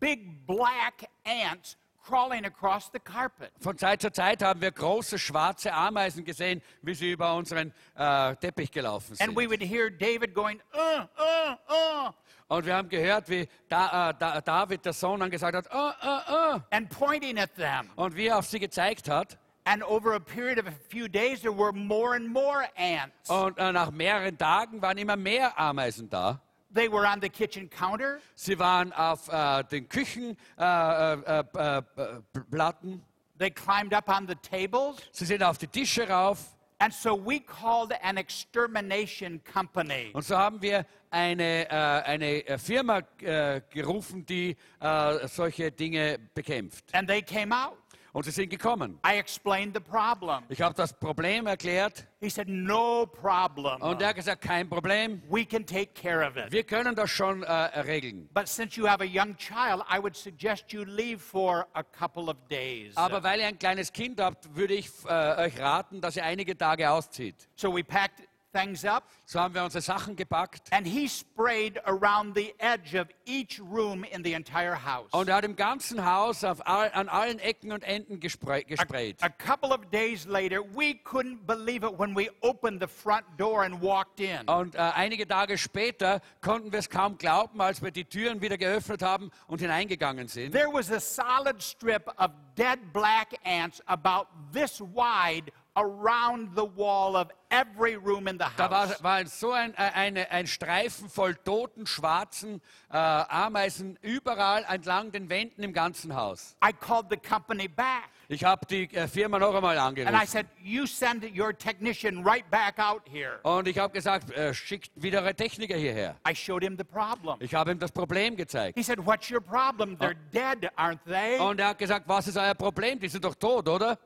Speaker 1: big black ants crawling across the carpet.
Speaker 2: Von Zeit zu Zeit haben wir große schwarze Ameisen gesehen, wie sie über unseren äh, Teppich gelaufen
Speaker 1: And
Speaker 2: sind.
Speaker 1: we would hear David going, uh, uh, uh,
Speaker 2: Und wir haben gehört, wie da, äh, da, David, der Sohn, dann gesagt hat, oh, oh,
Speaker 1: and pointing at them.
Speaker 2: oh, und wie er auf sie gezeigt hat.
Speaker 1: And over a period of a few days, there were more and more ants.
Speaker 2: Und äh, nach mehreren Tagen waren immer mehr Ameisen da.
Speaker 1: They were on the kitchen counter,
Speaker 2: Sie waren auf äh, den Küchenplatten, äh, äh, äh, äh, Platten.
Speaker 1: they climbed up on the tables.
Speaker 2: sie sind auf die Tische rauf.
Speaker 1: And so we called an extermination company.
Speaker 2: Und so haben wir eine, äh, eine äh, Firma äh, gerufen, die äh, solche Dinge bekämpft.
Speaker 1: And they came out.
Speaker 2: Und sie sind gekommen.
Speaker 1: I explained the problem.
Speaker 2: Ich habe das Problem erklärt
Speaker 1: He said, No
Speaker 2: und
Speaker 1: problem.
Speaker 2: er hat gesagt, kein Problem,
Speaker 1: We can take care of it.
Speaker 2: wir können das schon äh, regeln.
Speaker 1: But since you have a young child, I would suggest you leave for a couple of days.
Speaker 2: Aber weil ihr ein kleines Kind habt, würde ich äh, euch raten, dass ihr einige Tage auszieht.
Speaker 1: So we packed things up,
Speaker 2: So haben wir unsere Sachen gepackt
Speaker 1: and he sprayed around the edge of each room in the entire house.
Speaker 2: und er hat im ganzen Haus auf all, an allen Ecken und Enden gespray,
Speaker 1: A,
Speaker 2: gesprayt.
Speaker 1: a couple of days later, we couldn't believe it when we opened the front door and walked in.
Speaker 2: Und äh, einige Tage später konnten wir es kaum glauben, als wir die Türen wieder geöffnet haben und hineingegangen sind.
Speaker 1: There was a solid strip of dead black ants about this wide around the wall of every room in the
Speaker 2: Da
Speaker 1: house.
Speaker 2: war, war so ein, äh, eine, ein Streifen voll toten, schwarzen äh, Ameisen überall entlang den Wänden im ganzen Haus.
Speaker 1: I called the company back
Speaker 2: Ich habe die äh, Firma noch einmal
Speaker 1: and I
Speaker 2: angerufen.
Speaker 1: said, You send your technician right back out here.
Speaker 2: Und ich habe gesagt, äh, schickt wieder eure Techniker hierher.
Speaker 1: I showed him the problem.
Speaker 2: Ich habe ihm das Problem gezeigt.
Speaker 1: He said, What's your problem? They're dead, aren't they?
Speaker 2: Und er hat gesagt, was ist euer Problem? Die sind doch tot, oder?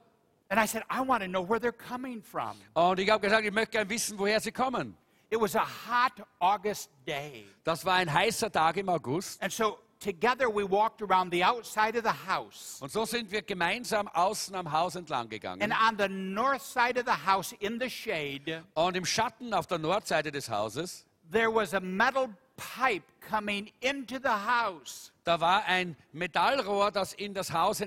Speaker 1: And I said, I want to know where they're coming from.
Speaker 2: Und ich habe gesagt, ich möchte gerne wissen, woher sie kommen.
Speaker 1: It was a hot August day.
Speaker 2: Das war ein heißer Tag im August.
Speaker 1: And so together we walked around the outside of the house.
Speaker 2: Und so sind wir gemeinsam außen am Haus entlang
Speaker 1: And
Speaker 2: gegangen.
Speaker 1: on the north side of the house in the shade,
Speaker 2: Und im Schatten auf der Nordseite des Hauses,
Speaker 1: there was a metal pipe coming into the house.
Speaker 2: da war ein Metallrohr, das in das Haus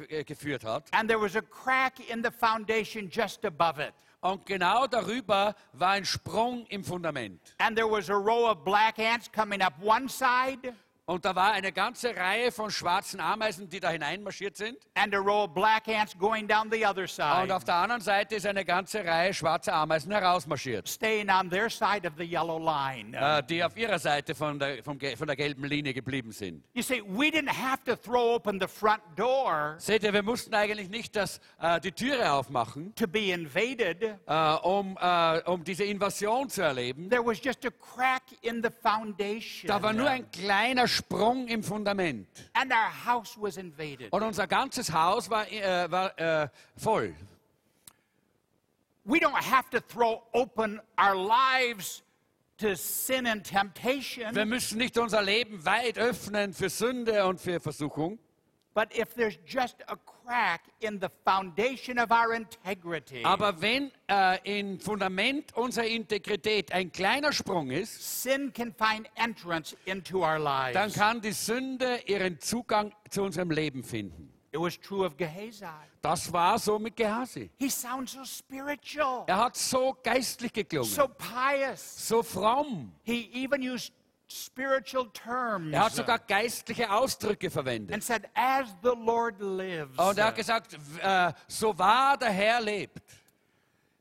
Speaker 2: hineingeführt hat.
Speaker 1: And there was a crack in the foundation just above it.
Speaker 2: Und genau darüber war ein Sprung im Fundament.
Speaker 1: And there was a row of black ants coming up one side
Speaker 2: Und da war eine ganze Reihe von schwarzen Ameisen, die da hineinmarschiert sind.
Speaker 1: and a row of black ants going down the other
Speaker 2: Und
Speaker 1: side,
Speaker 2: auf der anderen Seite ist eine ganze Reihe schwarzer Ameisen herausmarschiert,
Speaker 1: staying on their side of the yellow line.
Speaker 2: äh, die auf ihrer Seite von der, vom, ge- von der gelben Linie geblieben sind.
Speaker 1: You see, we didn't have to throw open the front door
Speaker 2: Seht ihr, wir mussten eigentlich nicht das, äh, die Türe aufmachen,
Speaker 1: to be invaded.
Speaker 2: äh, um, äh, um diese Invasion zu erleben.
Speaker 1: There was just a crack in the foundation.
Speaker 2: Da war nur ein kleiner Sprung im Fundament.
Speaker 1: And our house was invaded.
Speaker 2: Und unser ganzes Haus war, äh, war äh, voll.
Speaker 1: We don't have to throw open our lives to sin and temptation.
Speaker 2: Wir müssen nicht unser Leben weit öffnen für Sünde und für Versuchung.
Speaker 1: But if there's just a crack in the foundation of our integrity,
Speaker 2: Aber wenn äh, im Fundament unserer Integrität ein kleiner Sprung ist,
Speaker 1: sin can find entrance into our lives.
Speaker 2: dann kann die Sünde ihren Zugang zu unserem Leben finden.
Speaker 1: It was true of Gehazi.
Speaker 2: Das war so mit Gehasi.
Speaker 1: He sounds so spiritual,
Speaker 2: Er hat so geistlich geklungen,
Speaker 1: so pious.
Speaker 2: so fromm.
Speaker 1: He even used spiritual terms
Speaker 2: Er hat sogar geistliche Ausdrücke verwendet.
Speaker 1: and said, As the Lord lives.
Speaker 2: Und er hat gesagt, w- äh, so wahr der Herr lebt.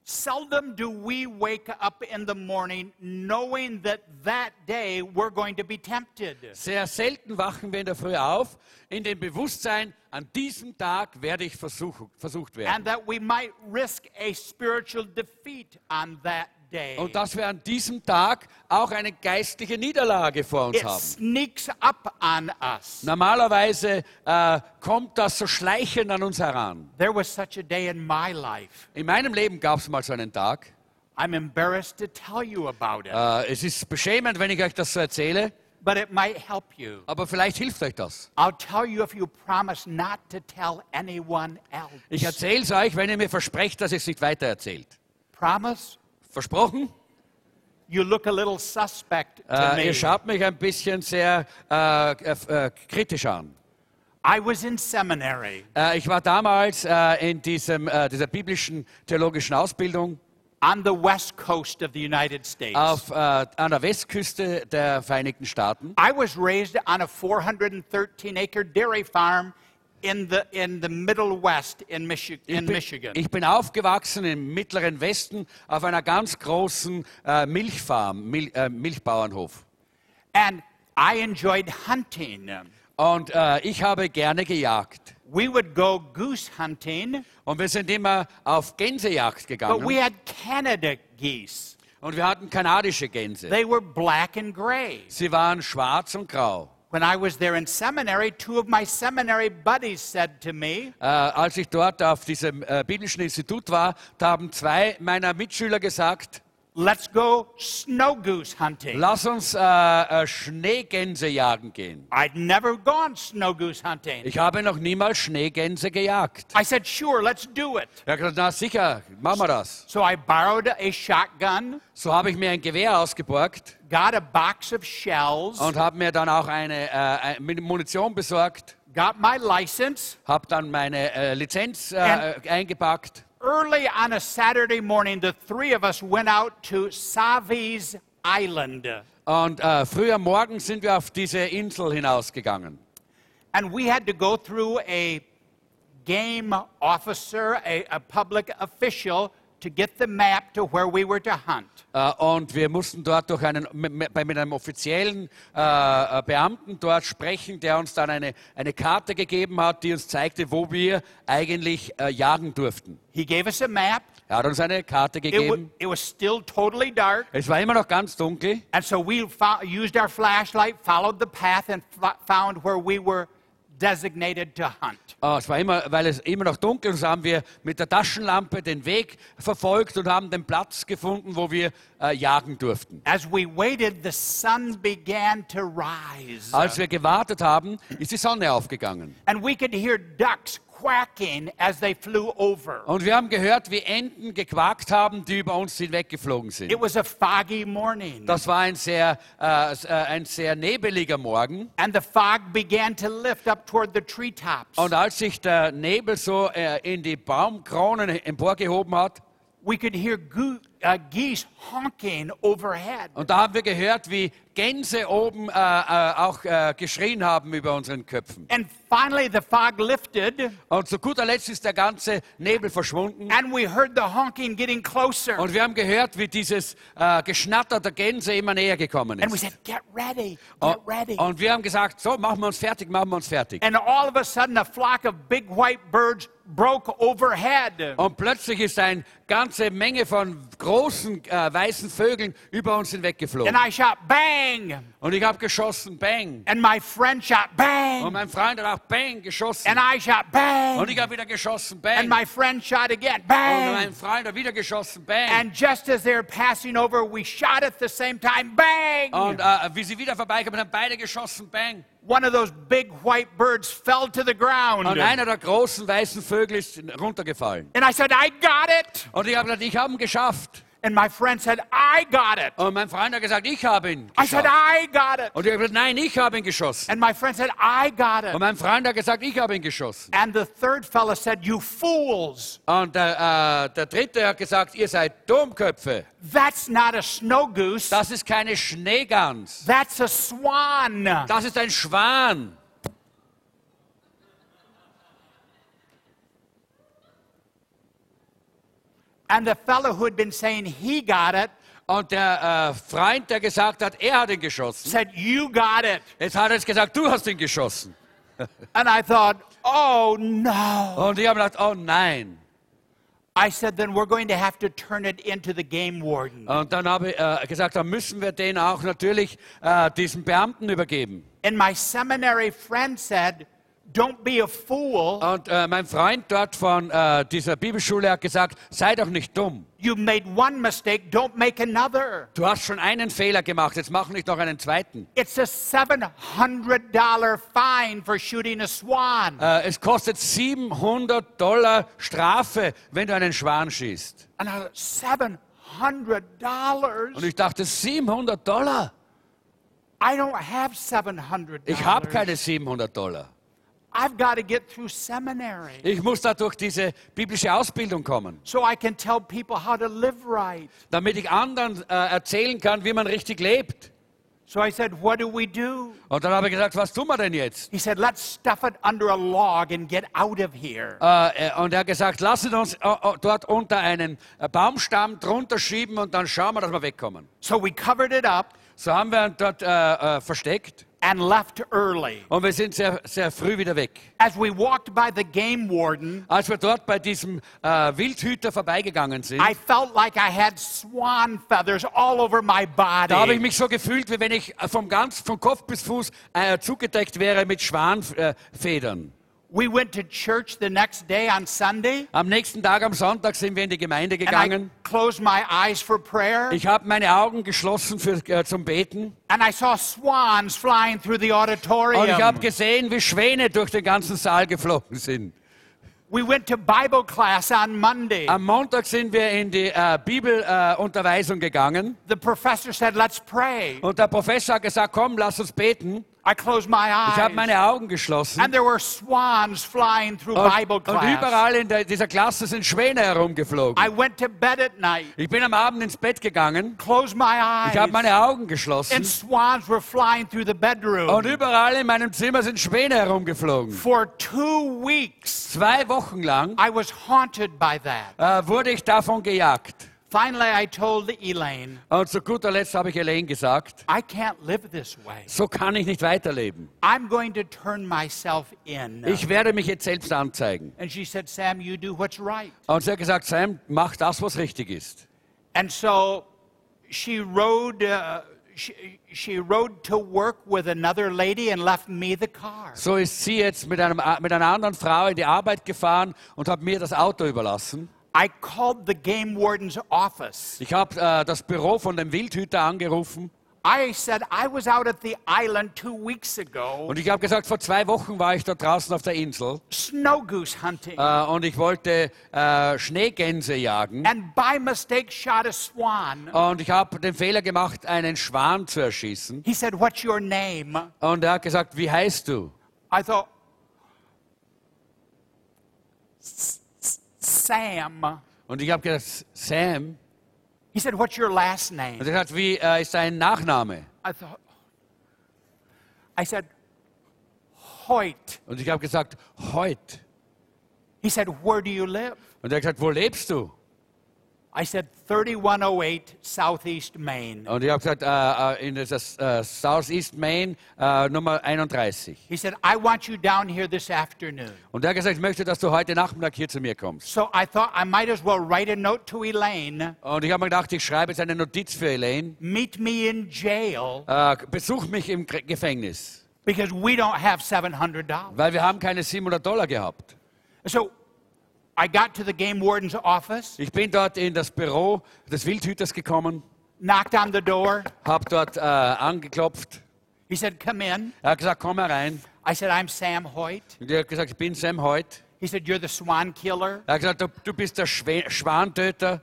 Speaker 1: Seldom do we wake up in the morning knowing that that day we're going to be tempted.
Speaker 2: Sehr selten wachen wir in der Früh auf, in dem Bewusstsein, an diesem Tag werde ich versuch, versucht werden.
Speaker 1: and that we might risk a spiritual defeat on that day.
Speaker 2: Und dass wir an diesem Tag auch eine geistliche Niederlage vor uns
Speaker 1: it
Speaker 2: haben.
Speaker 1: sneaks up on us.
Speaker 2: Normalerweise äh, kommt das so schleichend an uns heran.
Speaker 1: There was such a day in my life.
Speaker 2: In meinem Leben gab es mal so einen Tag.
Speaker 1: I'm embarrassed to tell you about it,
Speaker 2: Äh, es ist beschämend, wenn ich euch das so erzähle,
Speaker 1: but it might help you.
Speaker 2: aber vielleicht hilft euch das.
Speaker 1: I'll tell you if you promise not to tell anyone else.
Speaker 2: Ich erzähle es euch, wenn ihr mir versprecht, dass ihr es nicht weitererzählt.
Speaker 1: Promise?
Speaker 2: Versprochen?
Speaker 1: You look a little suspect to
Speaker 2: Äh, ihr
Speaker 1: me.
Speaker 2: schaut mich ein bisschen sehr äh, äh, äh, kritisch an.
Speaker 1: I was in seminary.
Speaker 2: Äh, ich war damals äh, in diesem, äh, dieser biblischen theologischen Ausbildung
Speaker 1: on the west coast of the United States.
Speaker 2: auf, äh, an der Westküste der Vereinigten Staaten.
Speaker 1: I was raised on a 413 acre dairy farm in the, in the Middle West in, Michi- in Michigan.
Speaker 2: ich bin aufgewachsen im mittleren Westen auf einer ganz großen äh, Milchfarm, Mil äh, Milchbauernhof.
Speaker 1: and I enjoyed hunting.
Speaker 2: Und äh, ich habe gerne gejagt.
Speaker 1: We would go goose hunting,
Speaker 2: Und wir sind immer auf Gänsejagd
Speaker 1: but
Speaker 2: gegangen.
Speaker 1: we had Canada geese.
Speaker 2: Und wir hatten kanadische Gänse.
Speaker 1: They were black and gray.
Speaker 2: Sie waren schwarz und grau.
Speaker 1: When I was there in seminary, two of my seminary buddies said to me,
Speaker 2: Äh, als ich dort auf diesem äh, biblischen Institut war, da haben zwei meiner Mitschüler gesagt,
Speaker 1: Let's go snow goose hunting.
Speaker 2: lass uns äh, äh, Schneegänse jagen gehen.
Speaker 1: I'd never gone snow goose hunting.
Speaker 2: Ich habe noch niemals Schneegänse gejagt.
Speaker 1: I said, Sure, let's do it.
Speaker 2: Er hat gesagt, na sicher, machen wir das.
Speaker 1: So I borrowed a shotgun,
Speaker 2: So habe ich mir ein Gewehr ausgeborgt
Speaker 1: got a box of shells,
Speaker 2: und habe mir dann auch eine äh, ein- mit Munition besorgt,
Speaker 1: got my license.
Speaker 2: habe dann meine äh, Lizenz äh,
Speaker 1: And-
Speaker 2: äh, eingepackt.
Speaker 1: Early on a Saturday morning, the three of us went out to Savi's Island.
Speaker 2: Und äh, früh am Morgen sind wir auf diese Insel hinausgegangen.
Speaker 1: And we had to go through a game officer, a, a public official, to get the map to where we were to hunt.
Speaker 2: Äh, Und wir mussten dort durch einen, mit, mit bei- mit einem offiziellen äh, äh, Beamten dort sprechen, der uns dann eine, eine Karte gegeben hat, die uns zeigte, wo wir eigentlich äh, jagen durften.
Speaker 1: He gave us a map.
Speaker 2: Er hat uns eine Karte
Speaker 1: It, wa-
Speaker 2: gegeben.
Speaker 1: it was still totally dark.
Speaker 2: Es war immer noch ganz dunkel.
Speaker 1: And so we fo- used our flashlight, followed the path, and f- found where we were designated to hunt.
Speaker 2: Äh, es war immer, weil es immer noch dunkel ist, haben wir mit der Taschenlampe den Weg verfolgt und haben den Platz gefunden, wo wir äh, jagen durften.
Speaker 1: As we waited, the sun began to rise.
Speaker 2: Als wir gewartet haben, ist die Sonne aufgegangen.
Speaker 1: and we could hear ducks quacking as they flew over.
Speaker 2: Und wir haben gehört, wie Enten gequakt haben, die über uns hinweggeflogen sind.
Speaker 1: It was a foggy morning.
Speaker 2: Das war ein sehr, äh, s- äh, ein sehr nebeliger Morgen.
Speaker 1: and the fog began to lift up toward the treetops.
Speaker 2: Und als sich der Nebel so äh, in die Baumkronen emporgehoben hat,
Speaker 1: we could hear goo uh, geese honking overhead.
Speaker 2: und da haben wir gehört, wie Gänse oben äh, äh, auch äh, geschrien haben über unseren Köpfen.
Speaker 1: and finally, the fog lifted,
Speaker 2: Und zu guter Letzt ist der ganze Nebel verschwunden.
Speaker 1: and we heard the honking getting closer.
Speaker 2: Und wir haben gehört, wie dieses äh, Geschnatter der Gänse immer näher gekommen
Speaker 1: And we
Speaker 2: ist.
Speaker 1: said, get ready, get ready.
Speaker 2: Und, und wir haben gesagt, so, machen wir uns fertig, machen wir uns fertig.
Speaker 1: And all of a sudden, a flock of big white birds broke overhead.
Speaker 2: Und plötzlich ist eine ganze Menge von großen äh, weißen Vögeln über uns hinweggeflogen.
Speaker 1: And I shot bang,
Speaker 2: Und ich habe geschossen, bang.
Speaker 1: and my friend shot
Speaker 2: Und
Speaker 1: bang,
Speaker 2: mein Freund hat auch bang geschossen.
Speaker 1: and I shot
Speaker 2: Und
Speaker 1: bang,
Speaker 2: ich habe wieder geschossen,
Speaker 1: and
Speaker 2: bang. Oh, Und
Speaker 1: my friend shot again, bang.
Speaker 2: mein Freund hat wieder geschossen, bang.
Speaker 1: And just as they're passing over, we shot at the same time, bang.
Speaker 2: Und äh, wie sie wieder vorbeikamen, haben beide geschossen, bang.
Speaker 1: One of those big white birds fell to the ground.
Speaker 2: Und einer der großen weißen Vögel ist runtergefallen.
Speaker 1: And I said, I got it.
Speaker 2: Und ich habe gesagt, ich habe ihn geschafft.
Speaker 1: And my friend said, I got it.
Speaker 2: Und mein Freund hat gesagt, ich habe ihn
Speaker 1: I said,
Speaker 2: geschafft.
Speaker 1: I got it.
Speaker 2: Und ich habe gesagt, nein, ich habe ihn geschossen.
Speaker 1: And my friend said, I got it.
Speaker 2: Und mein Freund hat gesagt, ich habe ihn geschossen.
Speaker 1: And the third fella said, You fools,
Speaker 2: Und der, äh, der dritte hat gesagt, ihr seid Dummköpfe.
Speaker 1: that's not a snow goose,
Speaker 2: Das ist keine Schneegans.
Speaker 1: that's a swan.
Speaker 2: Das ist ein Schwan.
Speaker 1: And the fellow who had been saying he got it
Speaker 2: Und der äh, Freund, der gesagt hat, er hat ihn geschossen,
Speaker 1: said, You got it.
Speaker 2: jetzt hat er jetzt gesagt, du hast ihn geschossen.
Speaker 1: And I thought, Oh no.
Speaker 2: Und ich habe gedacht, oh nein.
Speaker 1: I said, Then we're going to have to turn it into the game warden.
Speaker 2: Und dann habe ich äh, gesagt, dann müssen wir den auch natürlich äh, diesem Beamten übergeben.
Speaker 1: And my seminary friend said, Don't be a fool.
Speaker 2: Und äh, mein Freund dort von äh, dieser Bibelschule hat gesagt, sei doch nicht dumm.
Speaker 1: You made one mistake, don't make another.
Speaker 2: Du hast schon einen Fehler gemacht, jetzt mach nicht noch einen zweiten.
Speaker 1: It's a $700 fine for shooting a swan.
Speaker 2: Äh, es kostet 700 Dollar Strafe, wenn du einen Schwan schießt.
Speaker 1: And I thought, $700?
Speaker 2: Und ich dachte, 700 Dollar?
Speaker 1: I don't have $700.
Speaker 2: Ich habe keine 700 Dollar.
Speaker 1: I've got to get through seminary
Speaker 2: Ich muss da durch diese biblische Ausbildung kommen,
Speaker 1: so I can tell people how to live right.
Speaker 2: damit ich anderen äh, erzählen kann, wie man richtig lebt.
Speaker 1: So I said, What do we do?
Speaker 2: Und dann habe ich gesagt, was tun wir denn jetzt?
Speaker 1: He said, Let's stuff it under a log and get out of here.
Speaker 2: Äh, äh, und er hat gesagt, lasst uns äh, äh, dort unter einen äh, Baumstamm drunter schieben und dann schauen wir, dass wir wegkommen.
Speaker 1: So we covered it up
Speaker 2: So haben wir ihn dort äh, äh, versteckt
Speaker 1: and left early.
Speaker 2: und wir sind sehr, sehr früh wieder weg.
Speaker 1: As we walked by the game warden,
Speaker 2: Als wir dort bei diesem äh, Wildhüter vorbeigegangen sind,
Speaker 1: I felt like I had swan feathers all over my
Speaker 2: da habe ich
Speaker 1: body.
Speaker 2: mich so gefühlt, wie wenn ich äh, vom, ganz, vom Kopf bis Fuß äh, zugedeckt wäre mit Schwanfedern. Äh, Federn.
Speaker 1: We went to church the next day on Sunday,
Speaker 2: am nächsten Tag, am Sonntag, sind wir in die Gemeinde
Speaker 1: and I
Speaker 2: gegangen.
Speaker 1: closed my eyes for prayer,
Speaker 2: Ich habe meine Augen geschlossen für, äh, zum Beten
Speaker 1: and I saw swans flying through the
Speaker 2: und ich habe
Speaker 1: auditorium.
Speaker 2: gesehen, wie Schwäne durch den ganzen Saal geflogen sind.
Speaker 1: We went to Bible class on Monday.
Speaker 2: Am Montag sind wir in die äh, Bibelunterweisung äh, Unterweisung gegangen
Speaker 1: The professor said, Let's pray.
Speaker 2: und der Professor hat gesagt, komm, lass uns beten.
Speaker 1: I closed my
Speaker 2: Ich habe
Speaker 1: eyes.
Speaker 2: meine Augen geschlossen.
Speaker 1: And there were swans flying through
Speaker 2: Und,
Speaker 1: Bible
Speaker 2: und
Speaker 1: class.
Speaker 2: überall in der, dieser Klasse sind Schwäne herumgeflogen.
Speaker 1: I went to bed at night,
Speaker 2: Ich bin am Abend ins Bett gegangen.
Speaker 1: closed my
Speaker 2: Ich habe
Speaker 1: eyes,
Speaker 2: meine Augen
Speaker 1: and
Speaker 2: geschlossen.
Speaker 1: swans were flying through the
Speaker 2: Und
Speaker 1: bedroom.
Speaker 2: überall in meinem Zimmer sind Schwäne herumgeflogen.
Speaker 1: For two weeks,
Speaker 2: Zwei Wochen lang
Speaker 1: I was haunted by that.
Speaker 2: äh, wurde ich davon gejagt.
Speaker 1: Finally, I told Elaine,
Speaker 2: Und zu guter Letzt habe ich Elaine gesagt,
Speaker 1: I can't live this way.
Speaker 2: so kann ich nicht weiterleben.
Speaker 1: I'm going to turn myself in.
Speaker 2: Ich werde mich jetzt selbst anzeigen.
Speaker 1: And she said, Sam, you do what's right.
Speaker 2: Und sie hat gesagt, Sam, mach das, was richtig ist.
Speaker 1: And so she rode, uh, she, she rode to work with another lady and left me the car.
Speaker 2: So ist sie jetzt mit, einem, A- mit einer anderen Frau in die Arbeit gefahren und hat mir das Auto überlassen.
Speaker 1: I called the game warden's office.
Speaker 2: Ich habe äh, das Büro von dem Wildhüter angerufen
Speaker 1: I said, I was out at the island two weeks ago,
Speaker 2: und ich habe gesagt, vor zwei Wochen war ich da draußen auf der Insel
Speaker 1: snow goose hunting,
Speaker 2: äh, und ich wollte äh, Schneegänse jagen
Speaker 1: and by mistake shot a swan.
Speaker 2: und ich habe den Fehler gemacht, einen Schwan zu erschießen.
Speaker 1: He said, What's your name?
Speaker 2: Und er hat gesagt, wie heißt du?
Speaker 1: I thought, "S- S- Sam.
Speaker 2: Und ich habe gesagt, Sam.
Speaker 1: He said, What's your last
Speaker 2: Und
Speaker 1: name?
Speaker 2: er hat gesagt, wie äh, ist dein Nachname?
Speaker 1: I thought, I said, Hoyt.
Speaker 2: Und ich habe gesagt, Heut.
Speaker 1: He said, Where do you live?
Speaker 2: Und er hat gesagt, wo lebst du?
Speaker 1: I said, 3108 Southeast Maine.
Speaker 2: Und ich habe gesagt, äh, äh, in das äh, Southeast Maine, äh, Nummer 31.
Speaker 1: He said, I want you down here this afternoon.
Speaker 2: Und er hat gesagt, ich möchte, dass du heute Nachmittag hier zu mir kommst.
Speaker 1: So I thought I might as well write a note to Elaine.
Speaker 2: Und ich habe mir gedacht, ich schreibe jetzt eine Notiz für Elaine.
Speaker 1: Meet me in jail
Speaker 2: Äh, besuch mich im Gr- Gefängnis,
Speaker 1: because we don't have $700.
Speaker 2: weil wir haben keine 700 Dollar gehabt.
Speaker 1: So I got to the game warden's office,
Speaker 2: Ich bin dort in das Büro des Wildhüters gekommen,
Speaker 1: knocked on the door.
Speaker 2: habe dort äh, angeklopft.
Speaker 1: He said, Come in.
Speaker 2: Er hat gesagt, komm herein.
Speaker 1: I said, I'm Sam Hoyt.
Speaker 2: Und ich habe gesagt, ich bin Sam Hoyt.
Speaker 1: He said, You're the swan killer.
Speaker 2: Er hat gesagt, du, du bist der Schwe Schwantöter.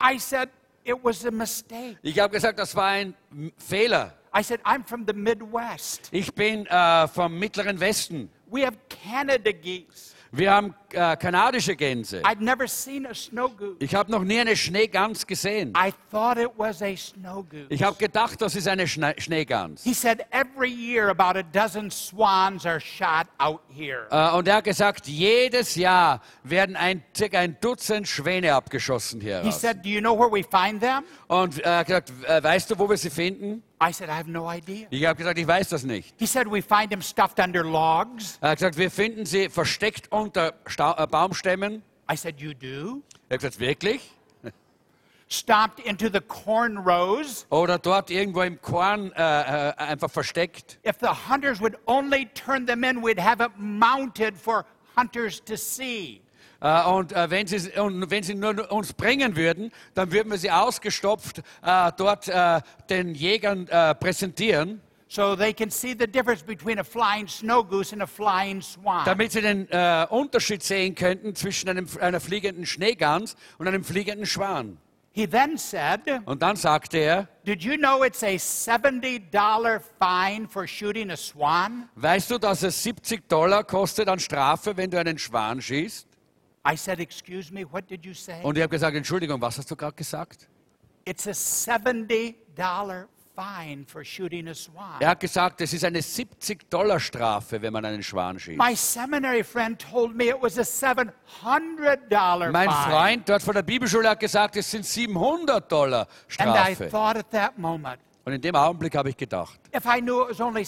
Speaker 1: I said, It was a mistake.
Speaker 2: Ich habe gesagt, das war ein M- Fehler.
Speaker 1: I said, I'm from the Midwest.
Speaker 2: Ich bin äh, vom Mittleren Westen.
Speaker 1: We have Canada geese.
Speaker 2: Wir haben äh, kanadische Gänse.
Speaker 1: I'd never seen a snow goose.
Speaker 2: Ich habe noch nie eine Schneegans gesehen.
Speaker 1: I thought it was a snow goose.
Speaker 2: Ich habe gedacht, das ist eine Schne Schneegans.
Speaker 1: He said, every year about a dozen swans are shot out here.
Speaker 2: Äh, und er hat gesagt, jedes Jahr werden ein, circa ein Dutzend Schwäne abgeschossen hier.
Speaker 1: he
Speaker 2: Raus.
Speaker 1: said, Do you know where we find them?
Speaker 2: Und er hat gesagt, äh, weißt du, wo wir sie finden?
Speaker 1: I said, I have no idea.
Speaker 2: Ich habe gesagt, ich weiß das nicht.
Speaker 1: He said, We find them stuffed under logs.
Speaker 2: Er hat gesagt, wir finden sie versteckt unter Stau äh, Baumstämmen.
Speaker 1: I said, You do?
Speaker 2: Er hat gesagt, wirklich?
Speaker 1: stopped into the corn rows.
Speaker 2: oder dort irgendwo im Korn äh, äh, einfach versteckt.
Speaker 1: If the hunters would only turn them in, we'd have it mounted for hunters to see.
Speaker 2: Äh, und, äh, wenn sie, und wenn sie nur uns bringen würden, dann würden wir sie ausgestopft äh, dort äh, den Jägern äh, präsentieren,
Speaker 1: So they can see the difference between a flying snow goose and a flying swan.
Speaker 2: damit sie den äh, Unterschied sehen könnten zwischen einem, einer fliegenden Schneegans und einem fliegenden Schwan.
Speaker 1: He then said,
Speaker 2: Und dann sagte er,
Speaker 1: Did you know it's a $70 fine for shooting a swan?
Speaker 2: weißt du, dass es 70 Dollar kostet an Strafe, wenn du einen Schwan schießt?
Speaker 1: I said, Excuse me, what did you say?
Speaker 2: Und ich habe gesagt, Entschuldigung, was hast du gerade gesagt?
Speaker 1: It's a $70 fine for shooting a swan.
Speaker 2: Er hat gesagt, es ist eine 70-Dollar-Strafe, wenn man einen Schwan schießt.
Speaker 1: My seminary friend told me it was a $700
Speaker 2: Mein
Speaker 1: fine.
Speaker 2: Freund dort von der Bibelschule hat gesagt, es sind 700 Dollar
Speaker 1: and I
Speaker 2: Strafe.
Speaker 1: thought at that moment,
Speaker 2: Und in dem Augenblick habe ich gedacht,
Speaker 1: if I knew it was only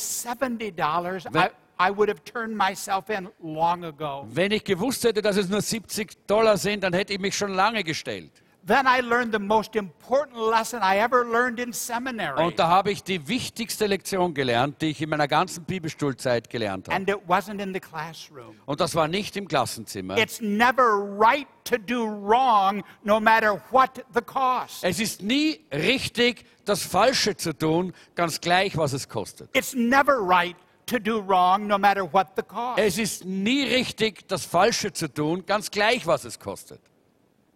Speaker 1: $70, I,
Speaker 2: Wenn-
Speaker 1: I would have turned myself in long ago.
Speaker 2: wenn ich gewusst hätte, dass es nur 70 Dollar sind, dann hätte ich mich schon lange gestellt.
Speaker 1: Then I learned the most important lesson I ever learned in seminary.
Speaker 2: Und da habe ich die wichtigste Lektion gelernt, die ich in meiner ganzen Bibelstuhlzeit gelernt habe.
Speaker 1: and it wasn't in the classroom.
Speaker 2: Und das war nicht im Klassenzimmer.
Speaker 1: It's never right to do wrong, no matter what the cost.
Speaker 2: Es ist nie richtig, das Falsche zu tun, ganz gleich, was es kostet.
Speaker 1: It's never right to do wrong, no matter what the cost.
Speaker 2: Es ist nie richtig, das Falsche zu tun, ganz gleich, was es kostet.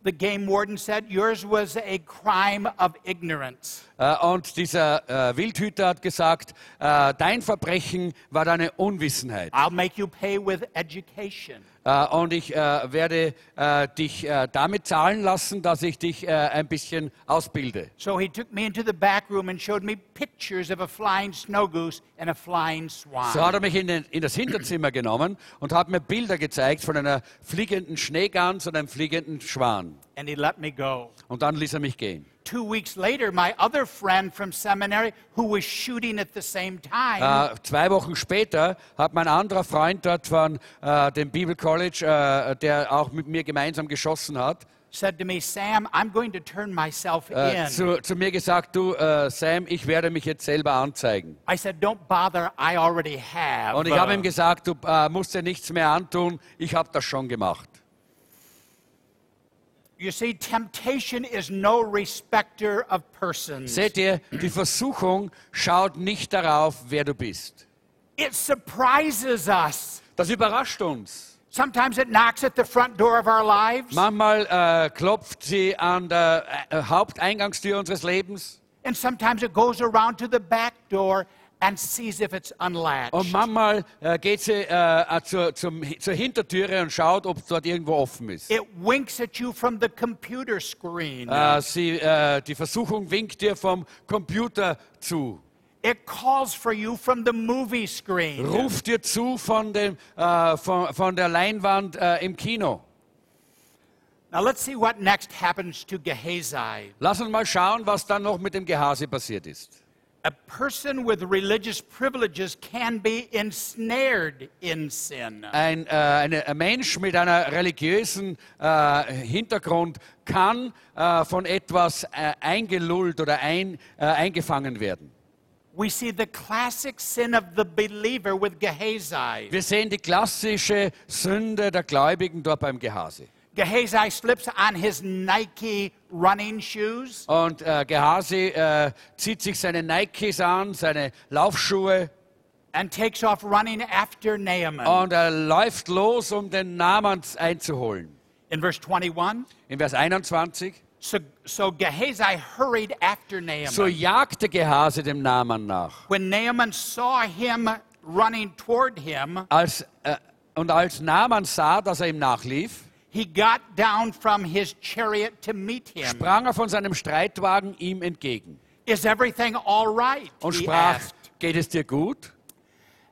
Speaker 1: The game warden said, Yours was a crime of ignorance.
Speaker 2: Äh, Und dieser äh, Wildhüter hat gesagt, äh, dein Verbrechen war deine Unwissenheit.
Speaker 1: I'll make you pay with education.
Speaker 2: Äh, Und ich äh, werde äh, dich äh, damit zahlen lassen, dass ich dich äh, ein bisschen ausbilde.
Speaker 1: So he took me into the back room and showed me pictures of a flying snow goose and a flying swan.
Speaker 2: So hat er mich in, den, in das Hinterzimmer genommen und hat mir Bilder gezeigt von einer fliegenden Schneegans und einem fliegenden Schwan.
Speaker 1: and he let me go.
Speaker 2: Und dann ließ er mich gehen.
Speaker 1: Two weeks later, my other friend from seminary, who was shooting at the same time,
Speaker 2: Äh, zwei Wochen später hat mein anderer Freund dort von äh, dem Bible College, äh, der auch mit mir gemeinsam geschossen hat,
Speaker 1: said to me, Sam, I'm going to turn myself
Speaker 2: äh,
Speaker 1: in.
Speaker 2: zu, zu mir gesagt, du äh, Sam, ich werde mich jetzt selber anzeigen.
Speaker 1: I said, Don't bother, I already have. Uh,
Speaker 2: Und ich habe ihm gesagt, du äh, musst dir nichts mehr antun, ich habe das schon gemacht.
Speaker 1: you see, temptation is no respecter of persons.
Speaker 2: Seht ihr, die Versuchung schaut nicht darauf, wer du bist.
Speaker 1: It surprises us.
Speaker 2: Das überrascht uns.
Speaker 1: Sometimes it knocks at the front door of our lives,
Speaker 2: Manchmal äh, klopft sie an der äh, Haupteingangstür unseres Lebens
Speaker 1: and sometimes it goes around to the back door and sees if it's unlatched.
Speaker 2: und manchmal äh, geht sie äh, äh, zur, zum, zur Hintertüre und schaut, ob es dort irgendwo offen ist.
Speaker 1: it winks at you from the computer screen.
Speaker 2: Äh, sie, äh, die Versuchung winkt dir vom Computer zu,
Speaker 1: it calls for you from the movie screen.
Speaker 2: ruft dir zu von, dem, äh, von, von der Leinwand äh, im Kino.
Speaker 1: Now let's see what next happens to Gehazi.
Speaker 2: Lass uns mal schauen, was dann noch mit dem Gehase passiert ist.
Speaker 1: A person with religious privileges can be ensnared in sin.
Speaker 2: Ein, äh, eine, ein Mensch mit einer religiösen äh, Hintergrund kann äh, von etwas äh, eingelullt oder ein, äh, eingefangen werden.
Speaker 1: We see the classic sin of the believer with Gehazi.
Speaker 2: Wir sehen die klassische Sünde der Gläubigen dort beim Gehase.
Speaker 1: Gehazi slips on his Nike running shoes.
Speaker 2: Und äh, Gehase äh, zieht sich seine Nikes an, seine Laufschuhe
Speaker 1: and takes off running after Naaman.
Speaker 2: und er läuft los, um den Namen einzuholen.
Speaker 1: In verse 21,
Speaker 2: In Vers 21.
Speaker 1: so, so Gehazi hurried after Naaman.
Speaker 2: So jagte Gehase dem Namen nach.
Speaker 1: when Naaman saw him running toward him,
Speaker 2: Als, äh, und als Naaman sah, dass er ihm nachlief,
Speaker 1: he got down from his chariot to meet him.
Speaker 2: sprang er von seinem Streitwagen ihm entgegen
Speaker 1: Is everything all right?
Speaker 2: und
Speaker 1: he
Speaker 2: sprach,
Speaker 1: asked.
Speaker 2: geht es dir gut?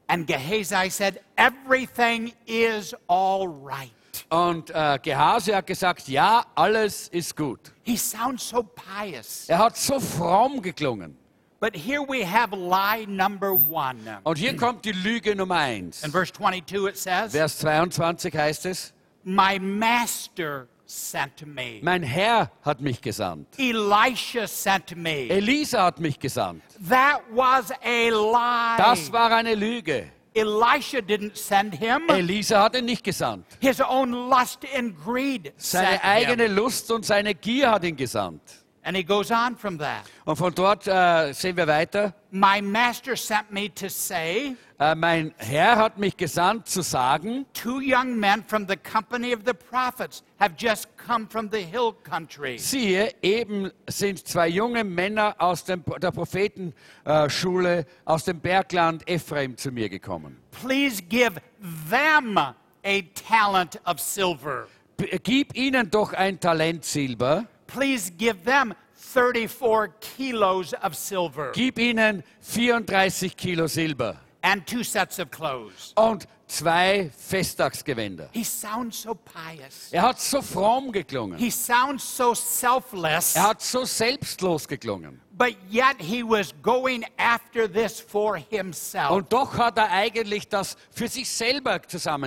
Speaker 1: And Gehazi said, Everything is all right.
Speaker 2: Und äh, Gehase hat gesagt, ja, alles ist gut.
Speaker 1: He sounds so pious.
Speaker 2: Er hat so fromm geklungen.
Speaker 1: But here we have lie number one.
Speaker 2: Und hier kommt die Lüge Nummer eins.
Speaker 1: In verse 22, it says,
Speaker 2: Vers 22 heißt es,
Speaker 1: My master sent me.
Speaker 2: Mein Herr hat mich gesandt.
Speaker 1: Elisha sent me.
Speaker 2: Elisa hat mich gesandt.
Speaker 1: That was a lie.
Speaker 2: Das war eine Lüge.
Speaker 1: Elisha didn't send him.
Speaker 2: Elisa hat ihn nicht gesandt.
Speaker 1: His own lust and greed
Speaker 2: Seine
Speaker 1: sent
Speaker 2: eigene
Speaker 1: him.
Speaker 2: Lust und seine Gier hat ihn gesandt.
Speaker 1: And he goes on from that.
Speaker 2: Und von dort äh, sehen wir weiter.
Speaker 1: My master sent me to say,
Speaker 2: Äh, mein Herr hat mich gesandt zu sagen,
Speaker 1: two young men from the company of the prophets have just come from the hill country.
Speaker 2: siehe, eben sind zwei junge Männer aus dem, der Prophetenschule äh, aus dem Bergland Ephraim zu mir gekommen.
Speaker 1: Please give them a talent of silver.
Speaker 2: B äh, gib ihnen doch ein Talent Silber,
Speaker 1: Please give them 34 kilos of silver
Speaker 2: gib ihnen 34 Kilo Silber
Speaker 1: and two sets of clothes.
Speaker 2: und zwei Festtagsgewänder.
Speaker 1: He sounds so pious.
Speaker 2: Er hat so fromm geklungen.
Speaker 1: He sounds so selfless,
Speaker 2: Er hat so selbstlos geklungen.
Speaker 1: but yet he was going after this for himself.
Speaker 2: Und doch hat er eigentlich das für sich selber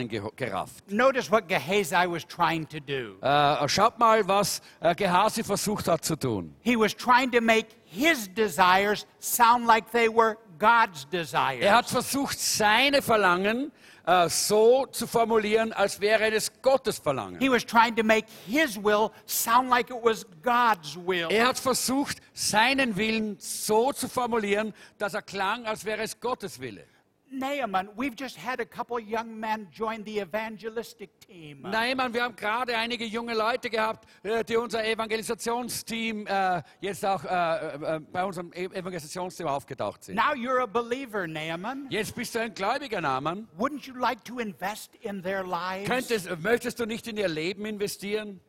Speaker 2: zusammengerafft.
Speaker 1: Notice what Gehazi was trying to do.
Speaker 2: Äh, schaut mal, was äh, Gehasi versucht hat zu tun.
Speaker 1: He was trying to make his desires sound like they were God's
Speaker 2: Er
Speaker 1: desires.
Speaker 2: hat versucht, seine Verlangen äh, so zu formulieren, als wäre es Gottes Verlangen.
Speaker 1: He was trying to make his will sound like it was God's will.
Speaker 2: Er hat versucht, seinen Willen so zu formulieren, dass er klang, als wäre es Gottes Wille.
Speaker 1: Naaman, we've just had a couple young men join the evangelistic team.
Speaker 2: Nein, Mann, wir haben gerade einige junge Leute gehabt, äh, die unser Evangelisationsteam äh, jetzt auch äh, äh, bei unserem E- Evangelisationsteam aufgetaucht sind.
Speaker 1: Now you're a believer, Naaman.
Speaker 2: Jetzt bist du ein gläubiger Naaman.
Speaker 1: Wouldn't you like to invest in their lives?
Speaker 2: Könntest, möchtest du nicht in ihr Leben investieren?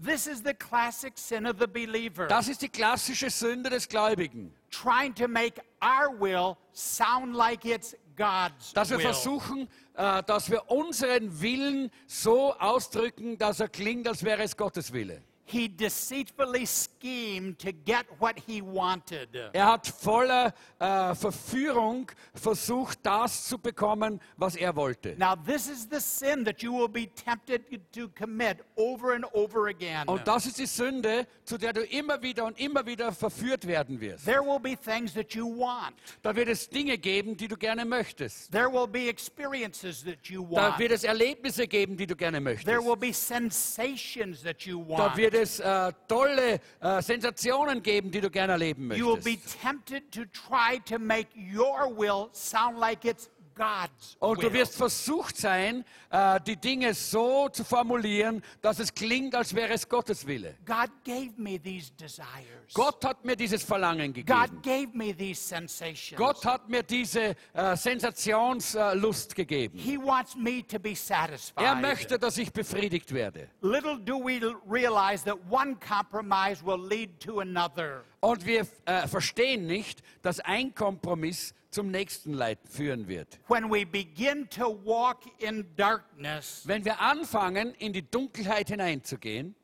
Speaker 1: This is the classic sin of the believer.
Speaker 2: Das ist die klassische Sünde des Gläubigen,
Speaker 1: Trying to make our will sound like it's God's
Speaker 2: dass wir
Speaker 1: will.
Speaker 2: versuchen, äh, dass wir unseren Willen so ausdrücken, dass er klingt, als wäre es Gottes Wille.
Speaker 1: He deceitfully schemed to get what he wanted.
Speaker 2: Er hat voller äh, Verführung versucht, das zu bekommen, was er wollte.
Speaker 1: Now, this is the sin that you will be tempted to commit over and over again.
Speaker 2: Und das ist die Sünde, zu der du immer wieder und immer wieder verführt werden wirst.
Speaker 1: There will be things that you want.
Speaker 2: Da wird es Dinge geben, die du gerne möchtest.
Speaker 1: There will be experiences that you
Speaker 2: Da
Speaker 1: want.
Speaker 2: wird es Erlebnisse geben, die du gerne möchtest.
Speaker 1: There will be sensations that you
Speaker 2: Da
Speaker 1: want.
Speaker 2: wird es äh, tolle äh, Sensationen geben, die du gerne erleben
Speaker 1: You will be
Speaker 2: möchtest.
Speaker 1: tempted to try to make your will sound like it's God's
Speaker 2: Und du
Speaker 1: will.
Speaker 2: wirst versucht sein, äh, die Dinge so zu formulieren, dass es klingt, als wäre es Gottes Wille.
Speaker 1: God gave me these desires.
Speaker 2: Gott hat mir dieses Verlangen gegeben.
Speaker 1: God gave me these sensations.
Speaker 2: Gott hat mir diese äh, Sensationslust äh, Lust gegeben.
Speaker 1: He wants me to be
Speaker 2: Er
Speaker 1: satisfied.
Speaker 2: möchte, dass ich befriedigt werde.
Speaker 1: Little do we l- realize that one compromise will lead to another.
Speaker 2: Und wir äh, verstehen nicht, dass ein Kompromiss zum nächsten Leid führen wird.
Speaker 1: When we begin to walk in darkness,
Speaker 2: Wenn wir anfangen, in die Dunkelheit hineinzugehen,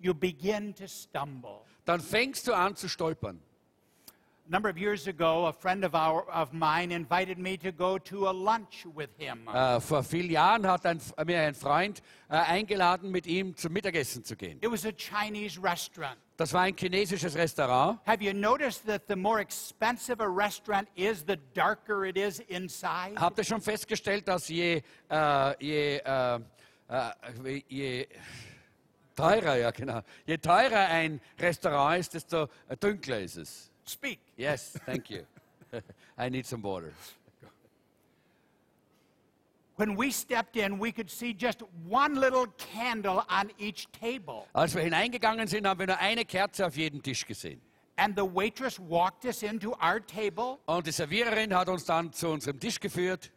Speaker 1: you begin to stumble.
Speaker 2: dann fängst du an zu stolpern.
Speaker 1: A number of years ago, a friend of, our, of mine invited me to go to a lunch with him.
Speaker 2: Äh, vor vielen Jahren hat ein, mir ein Freund äh, eingeladen, mit ihm zum Mittagessen zu gehen.
Speaker 1: It was a Chinese restaurant.
Speaker 2: Das war ein chinesisches Restaurant.
Speaker 1: Have you noticed that the more expensive a restaurant is, the darker it is inside?
Speaker 2: Habt ihr schon festgestellt, dass je, äh, je, äh, äh, je teurer, ja genau, je teurer ein Restaurant ist, desto dunkler ist es.
Speaker 1: Speak.
Speaker 2: Yes, thank you. <laughs> I need some water.
Speaker 1: When we stepped in, we could see just one little candle on each table.
Speaker 2: Als wir hineingegangen sind, haben wir nur eine Kerze auf jedem Tisch gesehen.
Speaker 1: And the waitress walked us into our table,
Speaker 2: Und die Serviererin hat uns dann zu unserem Tisch geführt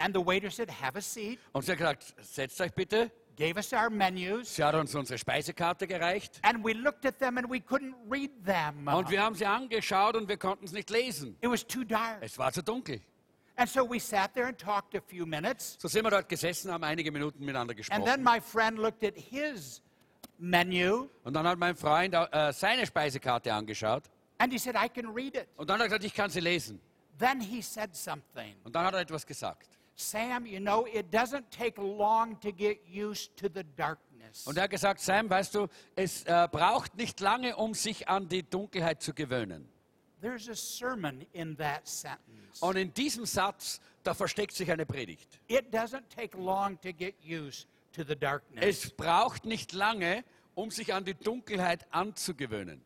Speaker 1: and the waiter said, Have a seat,
Speaker 2: und sie hat gesagt, setzt euch bitte.
Speaker 1: gave us our menus,
Speaker 2: Sie hat uns unsere Speisekarte gereicht
Speaker 1: and we looked at them and we couldn't read them.
Speaker 2: und wir haben sie angeschaut und wir konnten es nicht lesen.
Speaker 1: It was too dark.
Speaker 2: Es war zu dunkel.
Speaker 1: And so we sat there and talked a few minutes.
Speaker 2: So sind wir dort gesessen, haben einige Minuten miteinander
Speaker 1: And then
Speaker 2: gesprochen.
Speaker 1: my friend looked at his menu
Speaker 2: Und dann hat mein Freund äh, seine Speisekarte angeschaut
Speaker 1: and he said, I can read it.
Speaker 2: und dann hat er gesagt, ich kann sie lesen.
Speaker 1: Then he said something.
Speaker 2: Und dann hat er etwas gesagt.
Speaker 1: Sam, you know, it doesn't take long to get used to the darkness.
Speaker 2: Und er hat gesagt, Sam, weißt du, es äh, braucht nicht lange, um sich an die Dunkelheit zu gewöhnen.
Speaker 1: There's a sermon in that sentence.
Speaker 2: Und in diesem Satz, da versteckt sich eine Predigt.
Speaker 1: It doesn't take long to get used to the darkness.
Speaker 2: Es braucht nicht lange, um sich an die Dunkelheit anzugewöhnen.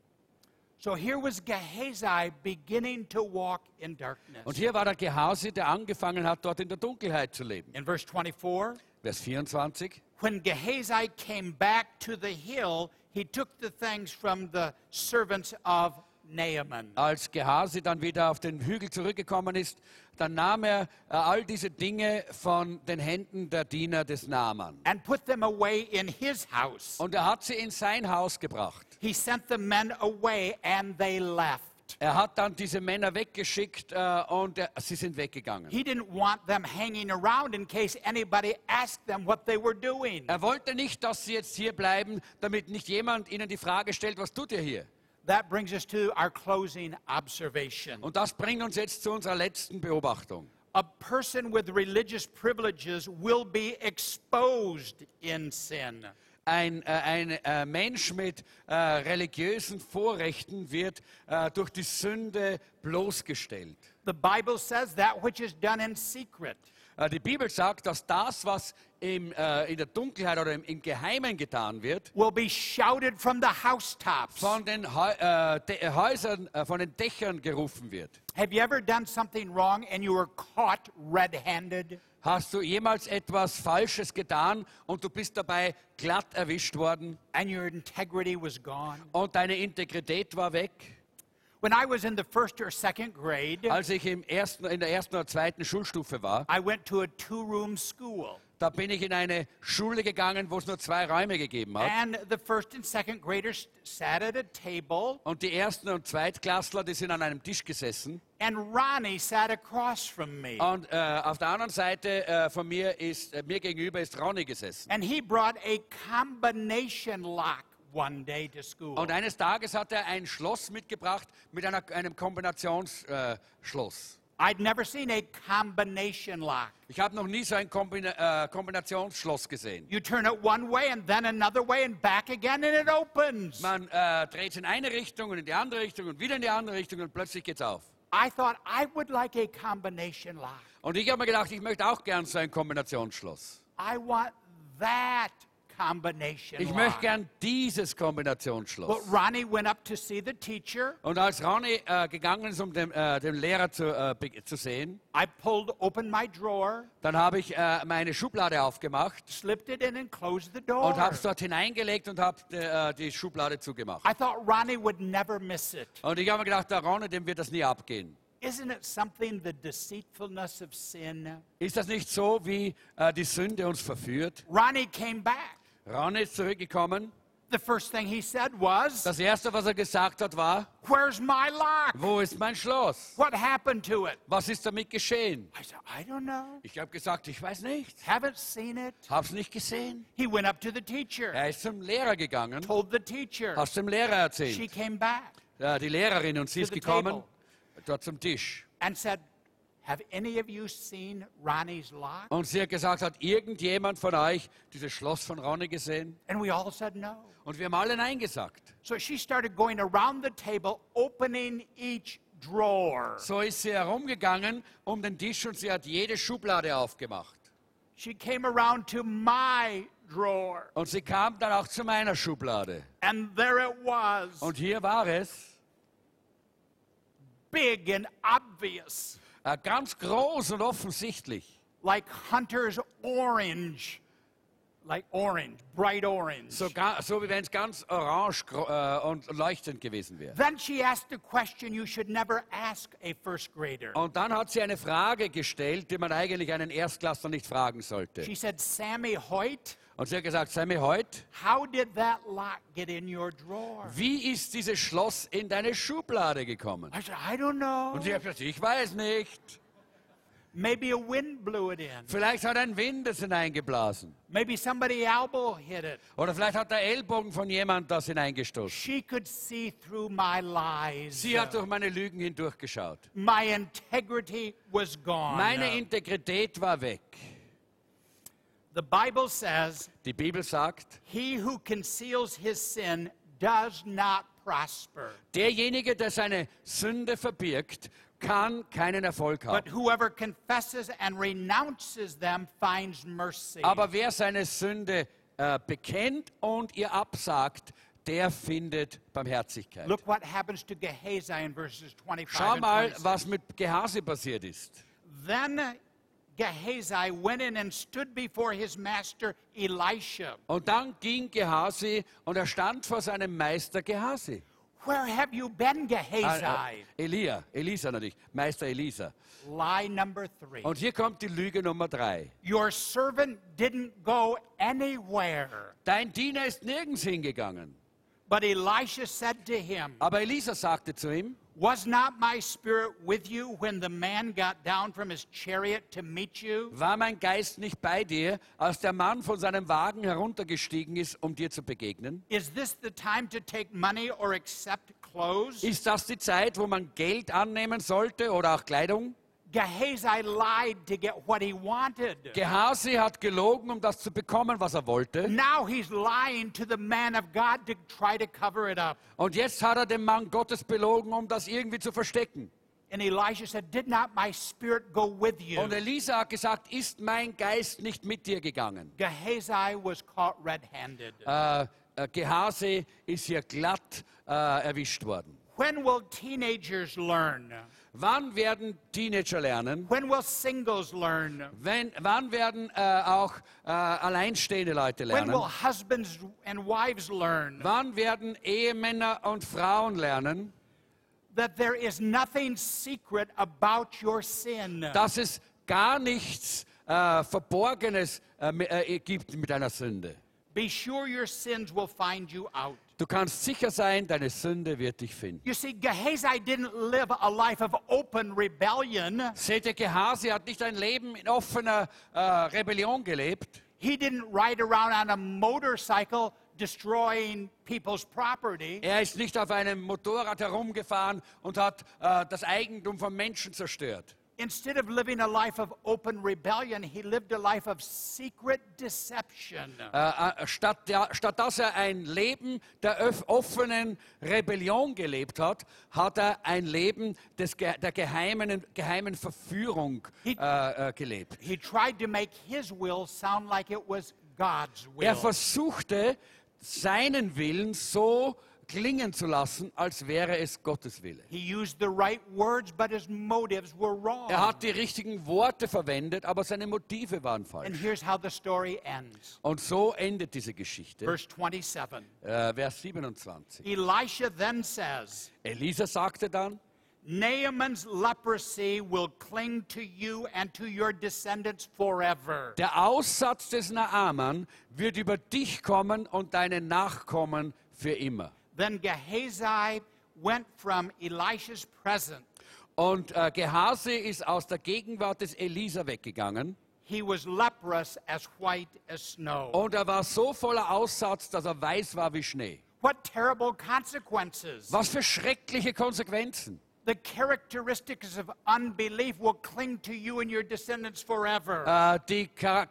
Speaker 1: So here was Gehazi beginning to walk in darkness.
Speaker 2: Und hier war der Gehasi, der angefangen hat, dort in der Dunkelheit zu leben.
Speaker 1: In verse 24,
Speaker 2: Vers 24.
Speaker 1: when Gehazi came back to the hill, he took the things from the servants of Naaman.
Speaker 2: Als Gehasi dann wieder auf den Hügel zurückgekommen ist, dann nahm er äh, all diese Dinge von den Händen der Diener des Naaman.
Speaker 1: and put them away in his house.
Speaker 2: Und er hat sie in sein Haus gebracht.
Speaker 1: He sent the men away and they left.
Speaker 2: Er hat dann diese Männer weggeschickt äh, und er, sie sind weggegangen.
Speaker 1: He didn't want them hanging around in case anybody asked them what they were doing.
Speaker 2: Er wollte nicht, dass sie jetzt hier bleiben, damit nicht jemand ihnen die Frage stellt, was tut ihr hier?
Speaker 1: That brings us to our closing observation.
Speaker 2: Und das bringt uns jetzt zu unserer letzten Beobachtung.
Speaker 1: A person with religious privileges will be exposed in sin.
Speaker 2: Ein, äh, ein äh, Mensch mit äh, religiösen Vorrechten wird äh, durch die Sünde bloßgestellt.
Speaker 1: The Bible says that which is done in secret
Speaker 2: Äh, die Bibel sagt, dass das, was im, äh, in der Dunkelheit oder im, im Geheimen getan wird,
Speaker 1: will be shouted from the housetops.
Speaker 2: von den Häu- äh, De- äh, Häusern, äh, von den Dächern gerufen wird.
Speaker 1: Have you ever done something wrong and you were caught red handed?
Speaker 2: Hast du jemals etwas Falsches getan und du bist dabei glatt erwischt worden
Speaker 1: and your integrity was gone.
Speaker 2: und deine Integrität war weg?
Speaker 1: When I was in the first or second grade,
Speaker 2: Als ich im ersten, in der ersten oder zweiten Schulstufe war,
Speaker 1: I went to a two room school.
Speaker 2: da bin ich in eine Schule gegangen, wo es nur zwei Räume gegeben hat.
Speaker 1: And the first and second graders sat at a table,
Speaker 2: Und die ersten und Zweitklässler, die sind an einem Tisch gesessen.
Speaker 1: and Ronnie sat across from me.
Speaker 2: Und äh, auf der anderen Seite äh, von mir ist, äh, mir gegenüber ist Ronny gesessen.
Speaker 1: And he brought a combination lock one day to school.
Speaker 2: Und eines Tages hat er ein Schloss mitgebracht mit einer, einem Kombinationsschloss. Äh, Schloss.
Speaker 1: I'd never seen a combination lock.
Speaker 2: Ich habe noch nie so ein Kombina äh, Kombinationsschloss gesehen.
Speaker 1: You turn it one way and then another way and back again, and it opens.
Speaker 2: Man äh, dreht es in eine Richtung und in die andere Richtung und wieder in die andere Richtung und plötzlich geht's auf.
Speaker 1: I thought I would like a combination lock.
Speaker 2: Und ich habe mir gedacht, ich möchte auch gern so ein Kombinationsschloss.
Speaker 1: I want that combination.
Speaker 2: Ich
Speaker 1: lock.
Speaker 2: möchte gern dieses
Speaker 1: Genau. But
Speaker 2: Kombinationsschloss.
Speaker 1: Ronnie went up to see the teacher.
Speaker 2: Und als Ronny äh, gegangen ist, um den, äh, den Lehrer zu, äh, be- zu sehen,
Speaker 1: I pulled open my drawer,
Speaker 2: dann habe ich äh, meine Schublade aufgemacht
Speaker 1: slipped it in, and closed the door.
Speaker 2: und habe es dort hineingelegt und habe äh, die Schublade zugemacht.
Speaker 1: I thought Ronnie would never miss it.
Speaker 2: Und ich habe mir gedacht, der Ronny, dem wird das nie abgehen.
Speaker 1: Isn't it something, the deceitfulness of sin?
Speaker 2: Ist das nicht so, wie äh, die Sünde uns verführt?
Speaker 1: Ronnie came back.
Speaker 2: Ronny ist zurückgekommen.
Speaker 1: The first thing he said was,
Speaker 2: Das Erste, was er gesagt hat, war,
Speaker 1: Where's my lock?
Speaker 2: wo ist mein Schloss?
Speaker 1: What happened to it?
Speaker 2: Was ist damit geschehen?
Speaker 1: I said, I don't know.
Speaker 2: Ich habe gesagt, ich weiß nicht.
Speaker 1: Haven't seen it.
Speaker 2: Hab's nicht gesehen.
Speaker 1: He went up to the teacher,
Speaker 2: Er ist zum Lehrer gegangen,
Speaker 1: told the teacher.
Speaker 2: hat's dem Lehrer
Speaker 1: She
Speaker 2: erzählt.
Speaker 1: came back
Speaker 2: Ja, die Lehrerin und sie
Speaker 1: To
Speaker 2: ist
Speaker 1: the
Speaker 2: gekommen, dort zum Tisch.
Speaker 1: and said, Have any of you seen Ronnie's lock?
Speaker 2: Und sie hat gesagt, hat irgendjemand von euch dieses Schloss von Ronny gesehen?
Speaker 1: And we all said no.
Speaker 2: Und wir haben alle Nein gesagt.
Speaker 1: So she started going around the table, opening each drawer.
Speaker 2: So ist sie herumgegangen um den Tisch und sie hat jede Schublade aufgemacht.
Speaker 1: She came around to my drawer,
Speaker 2: Und sie kam dann auch zu meiner Schublade.
Speaker 1: and there it was
Speaker 2: Und hier war es,
Speaker 1: big and obvious,
Speaker 2: äh, ganz groß und offensichtlich.
Speaker 1: like Hunter's orange. Like orange, bright orange.
Speaker 2: So, ga- so wie wenn es ganz orange gro- äh, und leuchtend gewesen wäre.
Speaker 1: then she asked a question you should never ask a first grader.
Speaker 2: Und dann hat sie eine Frage gestellt, die man eigentlich einen Erstklässler nicht fragen sollte.
Speaker 1: She said, Sammy Hoyt,
Speaker 2: Und sie hat gesagt, Sammy, heute,
Speaker 1: how did that lock get in your drawer?
Speaker 2: wie ist dieses Schloss in deine Schublade gekommen?
Speaker 1: I said, I don't know.
Speaker 2: Und sie hat gesagt, ich weiß nicht.
Speaker 1: Maybe a wind blew it in.
Speaker 2: Vielleicht hat ein Wind es hineingeblasen.
Speaker 1: Maybe somebody elbow hit it.
Speaker 2: Oder vielleicht hat der Ellbogen von jemand das hineingestoßen.
Speaker 1: She could see through my lies.
Speaker 2: Sie hat durch meine Lügen hindurchgeschaut.
Speaker 1: My integrity was gone.
Speaker 2: Meine Integrität war weg.
Speaker 1: the Bible says,
Speaker 2: Die Bibel sagt,
Speaker 1: He who conceals his sin does not prosper,
Speaker 2: derjenige, der seine Sünde verbirgt, kann keinen Erfolg
Speaker 1: but
Speaker 2: haben.
Speaker 1: whoever confesses and renounces them finds mercy.
Speaker 2: Aber wer seine Sünde äh, bekennt und ihr absagt, der findet Barmherzigkeit.
Speaker 1: Look what happens to Gehazi in verses 25
Speaker 2: Schau
Speaker 1: and
Speaker 2: mal,
Speaker 1: 26.
Speaker 2: was mit Gehasi passiert ist.
Speaker 1: Then Gehazi went in and stood before his master Elisha.
Speaker 2: Und dann ging Gehasi und er stand vor seinem Meister Gehasi.
Speaker 1: Where have you been,
Speaker 2: Ah, äh,
Speaker 1: Gehazi?
Speaker 2: Elia, Elisa natürlich, Meister Elisa.
Speaker 1: Lie number three.
Speaker 2: Und hier kommt die Lüge Nummer drei.
Speaker 1: Your servant didn't go anywhere.
Speaker 2: Dein Diener ist nirgends hingegangen.
Speaker 1: But Elisha said to him,
Speaker 2: Aber Elisa sagte zu ihm,
Speaker 1: Was not my spirit with you when the man got down from his chariot to meet you?
Speaker 2: war mein Geist nicht bei dir, als der Mann von seinem Wagen heruntergestiegen ist, um dir zu begegnen?
Speaker 1: Is this the time to take money or accept clothes?
Speaker 2: Ist das die Zeit, wo man Geld annehmen sollte oder auch Kleidung?
Speaker 1: Gehazi lied to get what he wanted.
Speaker 2: Gehasi hat gelogen, um das zu bekommen, was er wollte.
Speaker 1: Now he's lying to the man of God to try to cover it up.
Speaker 2: Und jetzt hat er den Mann Gottes belogen, um das irgendwie zu verstecken.
Speaker 1: And Elisha said, Did not my spirit go with you?
Speaker 2: Und Elisa hat gesagt, ist mein Geist nicht mit dir gegangen?
Speaker 1: Gehazi was caught red handed.
Speaker 2: Äh, äh, Gehasi ist hier glatt äh, erwischt worden.
Speaker 1: When will teenagers learn?
Speaker 2: Wann werden Teenager lernen?
Speaker 1: When will singles learn?
Speaker 2: Wenn, wann werden äh, auch äh, alleinstehende Leute
Speaker 1: When will
Speaker 2: lernen?
Speaker 1: husbands and wives learn
Speaker 2: Wann werden Ehemänner und Frauen lernen,
Speaker 1: that there is nothing secret about your sin?
Speaker 2: dass es gar nichts äh, Verborgenes äh, mi- äh, gibt mit einer Sünde?
Speaker 1: Be sure your sins will find you out.
Speaker 2: Du kannst sicher sein, deine Sünde wird dich finden.
Speaker 1: You see, Gehazi didn't live a life of open rebellion.
Speaker 2: Seht ihr, Gehasi hat nicht ein Leben in offener äh, Rebellion gelebt.
Speaker 1: He didn't ride around on a motorcycle destroying people's property.
Speaker 2: Er ist nicht auf einem Motorrad herumgefahren und hat äh, das Eigentum von Menschen zerstört.
Speaker 1: Instead of living a life of open rebellion, he lived a life of secret deception.
Speaker 2: Äh, äh, statt, der, statt dass er ein Leben der öff- offenen Rebellion gelebt hat, hat er ein Leben des, Ge- der geheimen, geheimen Verführung
Speaker 1: He-
Speaker 2: äh, äh, gelebt.
Speaker 1: He tried to make his will sound like it was God's
Speaker 2: Er
Speaker 1: will.
Speaker 2: versuchte, seinen Willen so klingen zu lassen, als wäre es Gottes Wille.
Speaker 1: He used the right words, but his motives were wrong.
Speaker 2: Er hat die richtigen Worte verwendet, aber seine Motive waren
Speaker 1: And
Speaker 2: falsch.
Speaker 1: here's how the story ends.
Speaker 2: Und so endet diese Geschichte.
Speaker 1: Verse 27.
Speaker 2: Äh, Vers 27.
Speaker 1: Elisha then says,
Speaker 2: Elisa sagte dann,
Speaker 1: Naaman's leprosy will cling to you and to your descendants forever.
Speaker 2: Der Aussatz des Naaman wird über dich kommen und deine Nachkommen für immer.
Speaker 1: Then Gehazi went from Elisha's presence.
Speaker 2: Und äh, Gehasi ist aus der Gegenwart des Elisa weggegangen
Speaker 1: He was leprous as white as snow.
Speaker 2: und er war so voller Aussatz, dass er weiß war wie Schnee.
Speaker 1: What terrible consequences!
Speaker 2: Was für schreckliche Konsequenzen.
Speaker 1: The characteristics of unbelief will cling to you and your descendants forever.
Speaker 2: Äh, die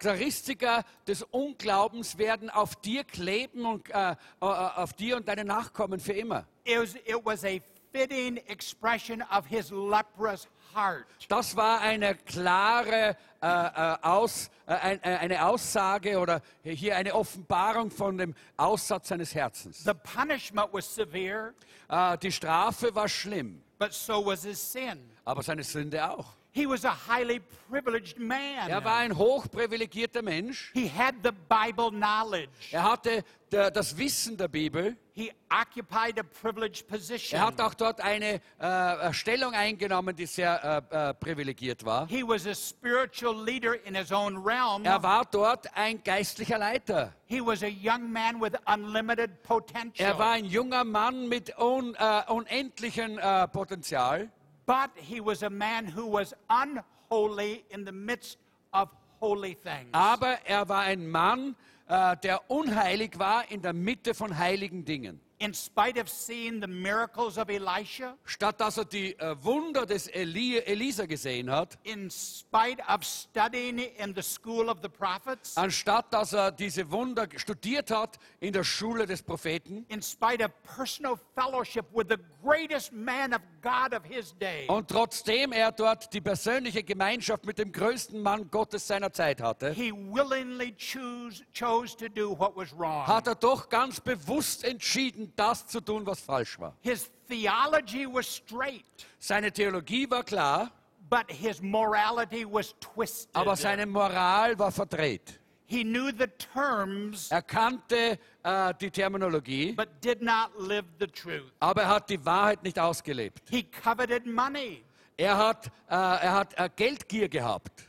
Speaker 2: Charakteristika des Unglaubens werden auf dir kleben und äh, äh, auf dir und deine Nachkommen für immer.
Speaker 1: It was, it was a fitting expression of his leprous heart.
Speaker 2: Das war eine klare äh, äh, Aus, äh, ein, äh, eine Aussage oder hier eine Offenbarung von dem Aussatz seines Herzens.
Speaker 1: The punishment was severe,
Speaker 2: Äh, die Strafe war schlimm,
Speaker 1: but so was his sin.
Speaker 2: aber seine Sünde auch.
Speaker 1: He was a highly privileged man.
Speaker 2: Er war ein hochprivilegierter Mensch.
Speaker 1: he had the Bible knowledge.
Speaker 2: Er hatte der, das Wissen der Bibel.
Speaker 1: He occupied a privileged position.
Speaker 2: Er hat auch dort eine äh, Stellung eingenommen, die sehr äh, äh, privilegiert war.
Speaker 1: he was a spiritual leader in his own realm.
Speaker 2: Er war dort ein geistlicher Leiter.
Speaker 1: he was a young man with unlimited potential.
Speaker 2: Er war ein junger Mann mit un, äh, unendlichem äh, Potenzial.
Speaker 1: but he was a man who was unholy in the midst of holy things.
Speaker 2: Aber er war ein Mann, äh, der unheilig war in der Mitte von heiligen Dingen.
Speaker 1: In spite of seeing the miracles of Elisha,
Speaker 2: Statt dass er die äh, Wunder des Eli Elisa gesehen hat,
Speaker 1: in spite of studying in the school of the prophets,
Speaker 2: anstatt dass er diese Wunder studiert hat in der Schule des Propheten
Speaker 1: in spite of personal fellowship with the greatest man of God of his day,
Speaker 2: und trotzdem er dort die persönliche Gemeinschaft mit dem größten Mann Gottes seiner Zeit hatte,
Speaker 1: he willingly choose, chose to do what was wrong.
Speaker 2: hat er doch ganz bewusst entschieden, das zu tun, was falsch war.
Speaker 1: His theology was straight,
Speaker 2: Seine Theologie war klar,
Speaker 1: but his morality was twisted.
Speaker 2: aber seine Moral war verdreht.
Speaker 1: He knew the terms,
Speaker 2: Er kannte äh, die Terminologie,
Speaker 1: but did not live the truth.
Speaker 2: aber er hat die Wahrheit nicht ausgelebt.
Speaker 1: He coveted money,
Speaker 2: Er hat, äh, er hat äh, Geldgier gehabt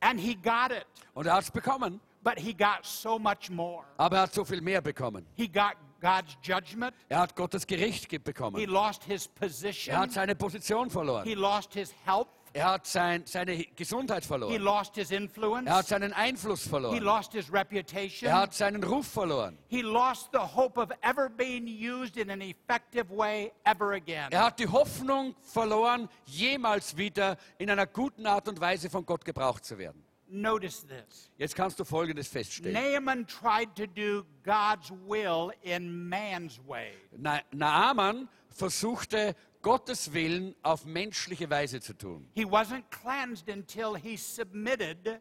Speaker 1: and he got it,
Speaker 2: und er hat es bekommen,
Speaker 1: but he got so much more.
Speaker 2: aber er hat so viel mehr bekommen.
Speaker 1: He got God's judgment.
Speaker 2: Er hat Gottes Gericht ge-
Speaker 1: He
Speaker 2: bekommen.
Speaker 1: lost his
Speaker 2: Er hat
Speaker 1: position.
Speaker 2: seine Position verloren.
Speaker 1: He lost his health.
Speaker 2: Er hat sein, seine Gesundheit
Speaker 1: He
Speaker 2: verloren.
Speaker 1: lost his
Speaker 2: Er hat
Speaker 1: influence.
Speaker 2: seinen Einfluss
Speaker 1: He
Speaker 2: verloren.
Speaker 1: lost his reputation.
Speaker 2: Er hat seinen Ruf verloren.
Speaker 1: He lost the hope of ever being used in an effective way ever again.
Speaker 2: Er hat die Hoffnung verloren, jemals wieder in einer guten Art und Weise von Gott gebraucht zu werden.
Speaker 1: Notice this.
Speaker 2: Jetzt kannst du Folgendes feststellen.
Speaker 1: Naaman tried to do God's will in man's way.
Speaker 2: Na Naaman versuchte, Gottes Willen auf menschliche Weise zu tun.
Speaker 1: He wasn't cleansed until he submitted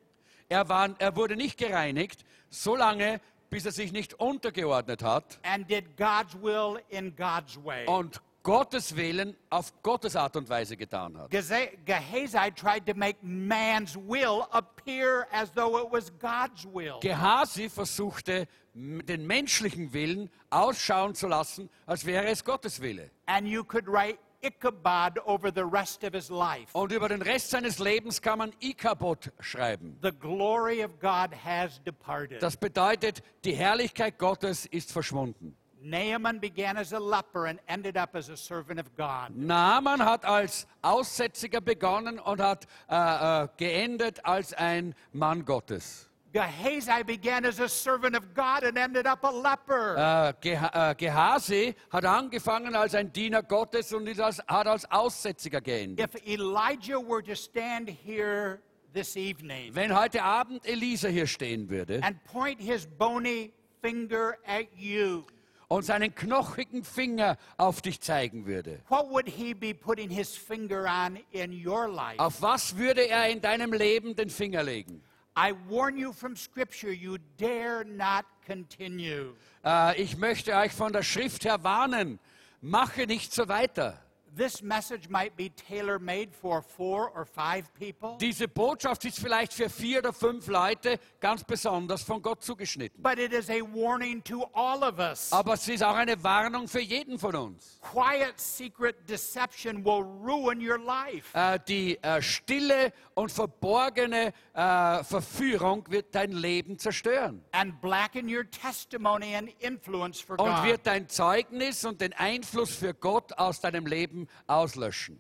Speaker 2: Er, war, er wurde nicht gereinigt, solange, bis er sich nicht untergeordnet hat
Speaker 1: and did God's will in God's way.
Speaker 2: und Gottes Willen auf Gottes Art und Weise getan hat.
Speaker 1: Geze- Gehazi tried to make man's will appear as though it was God's will.
Speaker 2: Gehasi versuchte, m- den menschlichen Willen ausschauen zu lassen, als wäre es Gottes Wille.
Speaker 1: And you could write Ichabod over the rest of his life.
Speaker 2: Und über den Rest seines Lebens kann man Ikabod schreiben.
Speaker 1: The glory of God has departed.
Speaker 2: Das bedeutet, die Herrlichkeit Gottes ist verschwunden.
Speaker 1: Naaman began as a leper and ended up as a servant of God.
Speaker 2: Naaman hat als Aussätziger begonnen und hat äh, äh, geendet als ein Mann Gottes.
Speaker 1: Gehazi began as a servant of God and ended up a leper.
Speaker 2: Äh, Geha äh, Gehasi hat angefangen als ein Diener Gottes und ist als, hat als Aussätziger geendet.
Speaker 1: If Elijah were to stand here this evening
Speaker 2: Wenn heute Abend Elisa hier stehen würde
Speaker 1: and point his bony finger at you,
Speaker 2: und seinen knochigen Finger auf dich zeigen würde,
Speaker 1: what would he be putting his finger on in your life?
Speaker 2: auf was würde er in deinem Leben den Finger legen?
Speaker 1: I warn you from Scripture, you dare not continue.
Speaker 2: Äh, ich möchte euch von der Schrift her warnen, mache nicht so weiter.
Speaker 1: This message might be tailor made for four or five people,
Speaker 2: Diese Botschaft ist vielleicht für vier oder fünf Leute ganz besonders von Gott zugeschnitten.
Speaker 1: but it is a warning to all of us.
Speaker 2: Aber es ist auch eine Warnung für jeden von uns.
Speaker 1: Quiet secret deception will ruin your life.
Speaker 2: Äh, die äh, stille und verborgene äh, Verführung wird dein Leben zerstören
Speaker 1: and blacken your testimony and influence for
Speaker 2: und
Speaker 1: God.
Speaker 2: wird dein Zeugnis und den Einfluss für Gott aus deinem Leben auslöschen.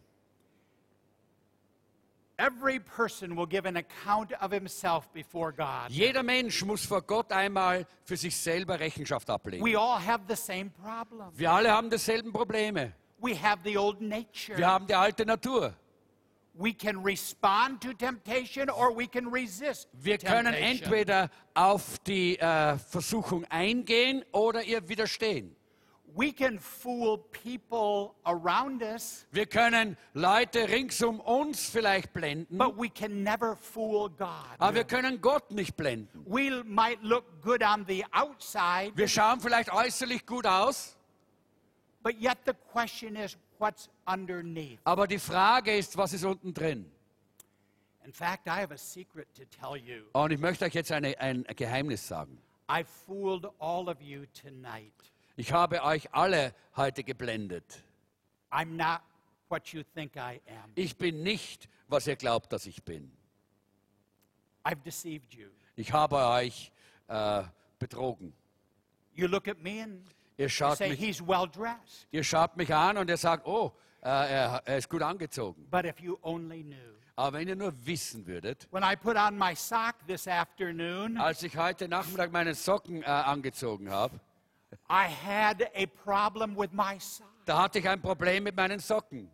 Speaker 1: Every person will give an account of himself before God.
Speaker 2: Jeder Mensch muss vor Gott einmal für sich selber Rechenschaft ablegen.
Speaker 1: We all have the same problem.
Speaker 2: Wir alle haben dieselben Probleme.
Speaker 1: We have the old
Speaker 2: Wir
Speaker 1: nature.
Speaker 2: haben die alte Natur.
Speaker 1: We can respond to temptation or we can resist
Speaker 2: Wir können
Speaker 1: temptation.
Speaker 2: entweder auf die äh, Versuchung eingehen oder ihr widerstehen.
Speaker 1: We can fool people around us,
Speaker 2: Wir können Leute rings um uns vielleicht blenden,
Speaker 1: but we can never fool
Speaker 2: aber wir
Speaker 1: God.
Speaker 2: können Gott nicht blenden.
Speaker 1: We might look good on the outside,
Speaker 2: Wir schauen vielleicht äußerlich gut aus,
Speaker 1: But yet the question is, what's underneath?
Speaker 2: aber die Frage ist, was ist unten drin?
Speaker 1: In fact, I have a secret to tell you.
Speaker 2: Und ich möchte euch jetzt eine, ein Geheimnis sagen.
Speaker 1: I fooled all of you tonight.
Speaker 2: Ich habe euch alle heute geblendet.
Speaker 1: I'm not what you think I am.
Speaker 2: Ich bin nicht, was ihr glaubt, dass ich bin.
Speaker 1: I've deceived you.
Speaker 2: Ich habe euch äh, betrogen.
Speaker 1: You look at me and
Speaker 2: Ihr
Speaker 1: you
Speaker 2: schaut
Speaker 1: say,
Speaker 2: mich
Speaker 1: he's well dressed.
Speaker 2: Ihr schaut mich an und ihr sagt, oh, äh, er, er ist gut angezogen.
Speaker 1: But if you only knew.
Speaker 2: Aber wenn ihr nur wissen würdet,
Speaker 1: When I put on my sock this afternoon,
Speaker 2: als ich heute Nachmittag meine Socken äh, angezogen habe,
Speaker 1: I had a problem with my sock.
Speaker 2: da hatte ich ein Problem mit meinen Socken.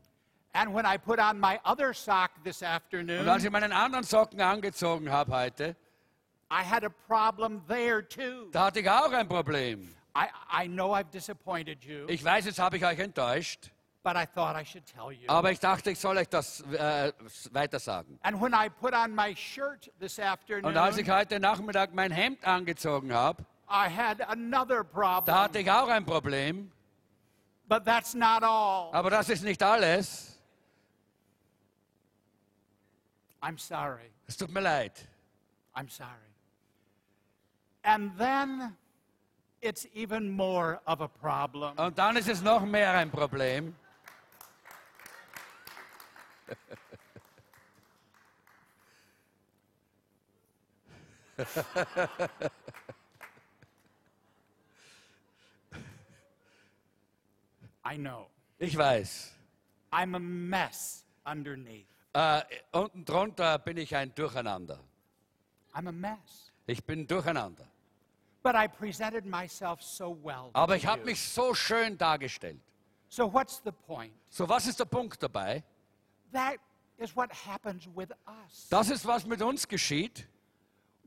Speaker 1: And when I put on my other sock this
Speaker 2: Und
Speaker 1: afternoon,
Speaker 2: als ich meinen anderen Socken angezogen habe heute,
Speaker 1: I had a problem there too.
Speaker 2: da hatte ich auch ein Problem.
Speaker 1: I, I know I've disappointed you,
Speaker 2: Ich weiß, jetzt habe ich euch enttäuscht,
Speaker 1: but I thought I should tell you.
Speaker 2: aber ich dachte, ich soll euch das äh, weiter sagen.
Speaker 1: And when I put on my shirt this
Speaker 2: Und als ich
Speaker 1: afternoon,
Speaker 2: heute Nachmittag mein Hemd angezogen habe,
Speaker 1: I had another
Speaker 2: da hatte
Speaker 1: problem.
Speaker 2: ich auch ein Problem.
Speaker 1: But that's not all.
Speaker 2: Aber das ist nicht alles.
Speaker 1: I'm sorry.
Speaker 2: Es tut mir leid.
Speaker 1: I'm sorry. And then it's even more of a problem.
Speaker 2: Und dann ist es noch mehr ein Problem.
Speaker 1: I know.
Speaker 2: Ich weiß.
Speaker 1: I'm a mess underneath.
Speaker 2: Äh, unten drunter bin ich ein Durcheinander.
Speaker 1: I'm a mess.
Speaker 2: Ich bin Durcheinander.
Speaker 1: But I presented myself so well.
Speaker 2: Aber
Speaker 1: to
Speaker 2: ich habe
Speaker 1: you.
Speaker 2: mich so schön dargestellt.
Speaker 1: So what's the point?
Speaker 2: So, was ist der Punkt dabei?
Speaker 1: That is what happens with us.
Speaker 2: Das ist, was mit uns geschieht.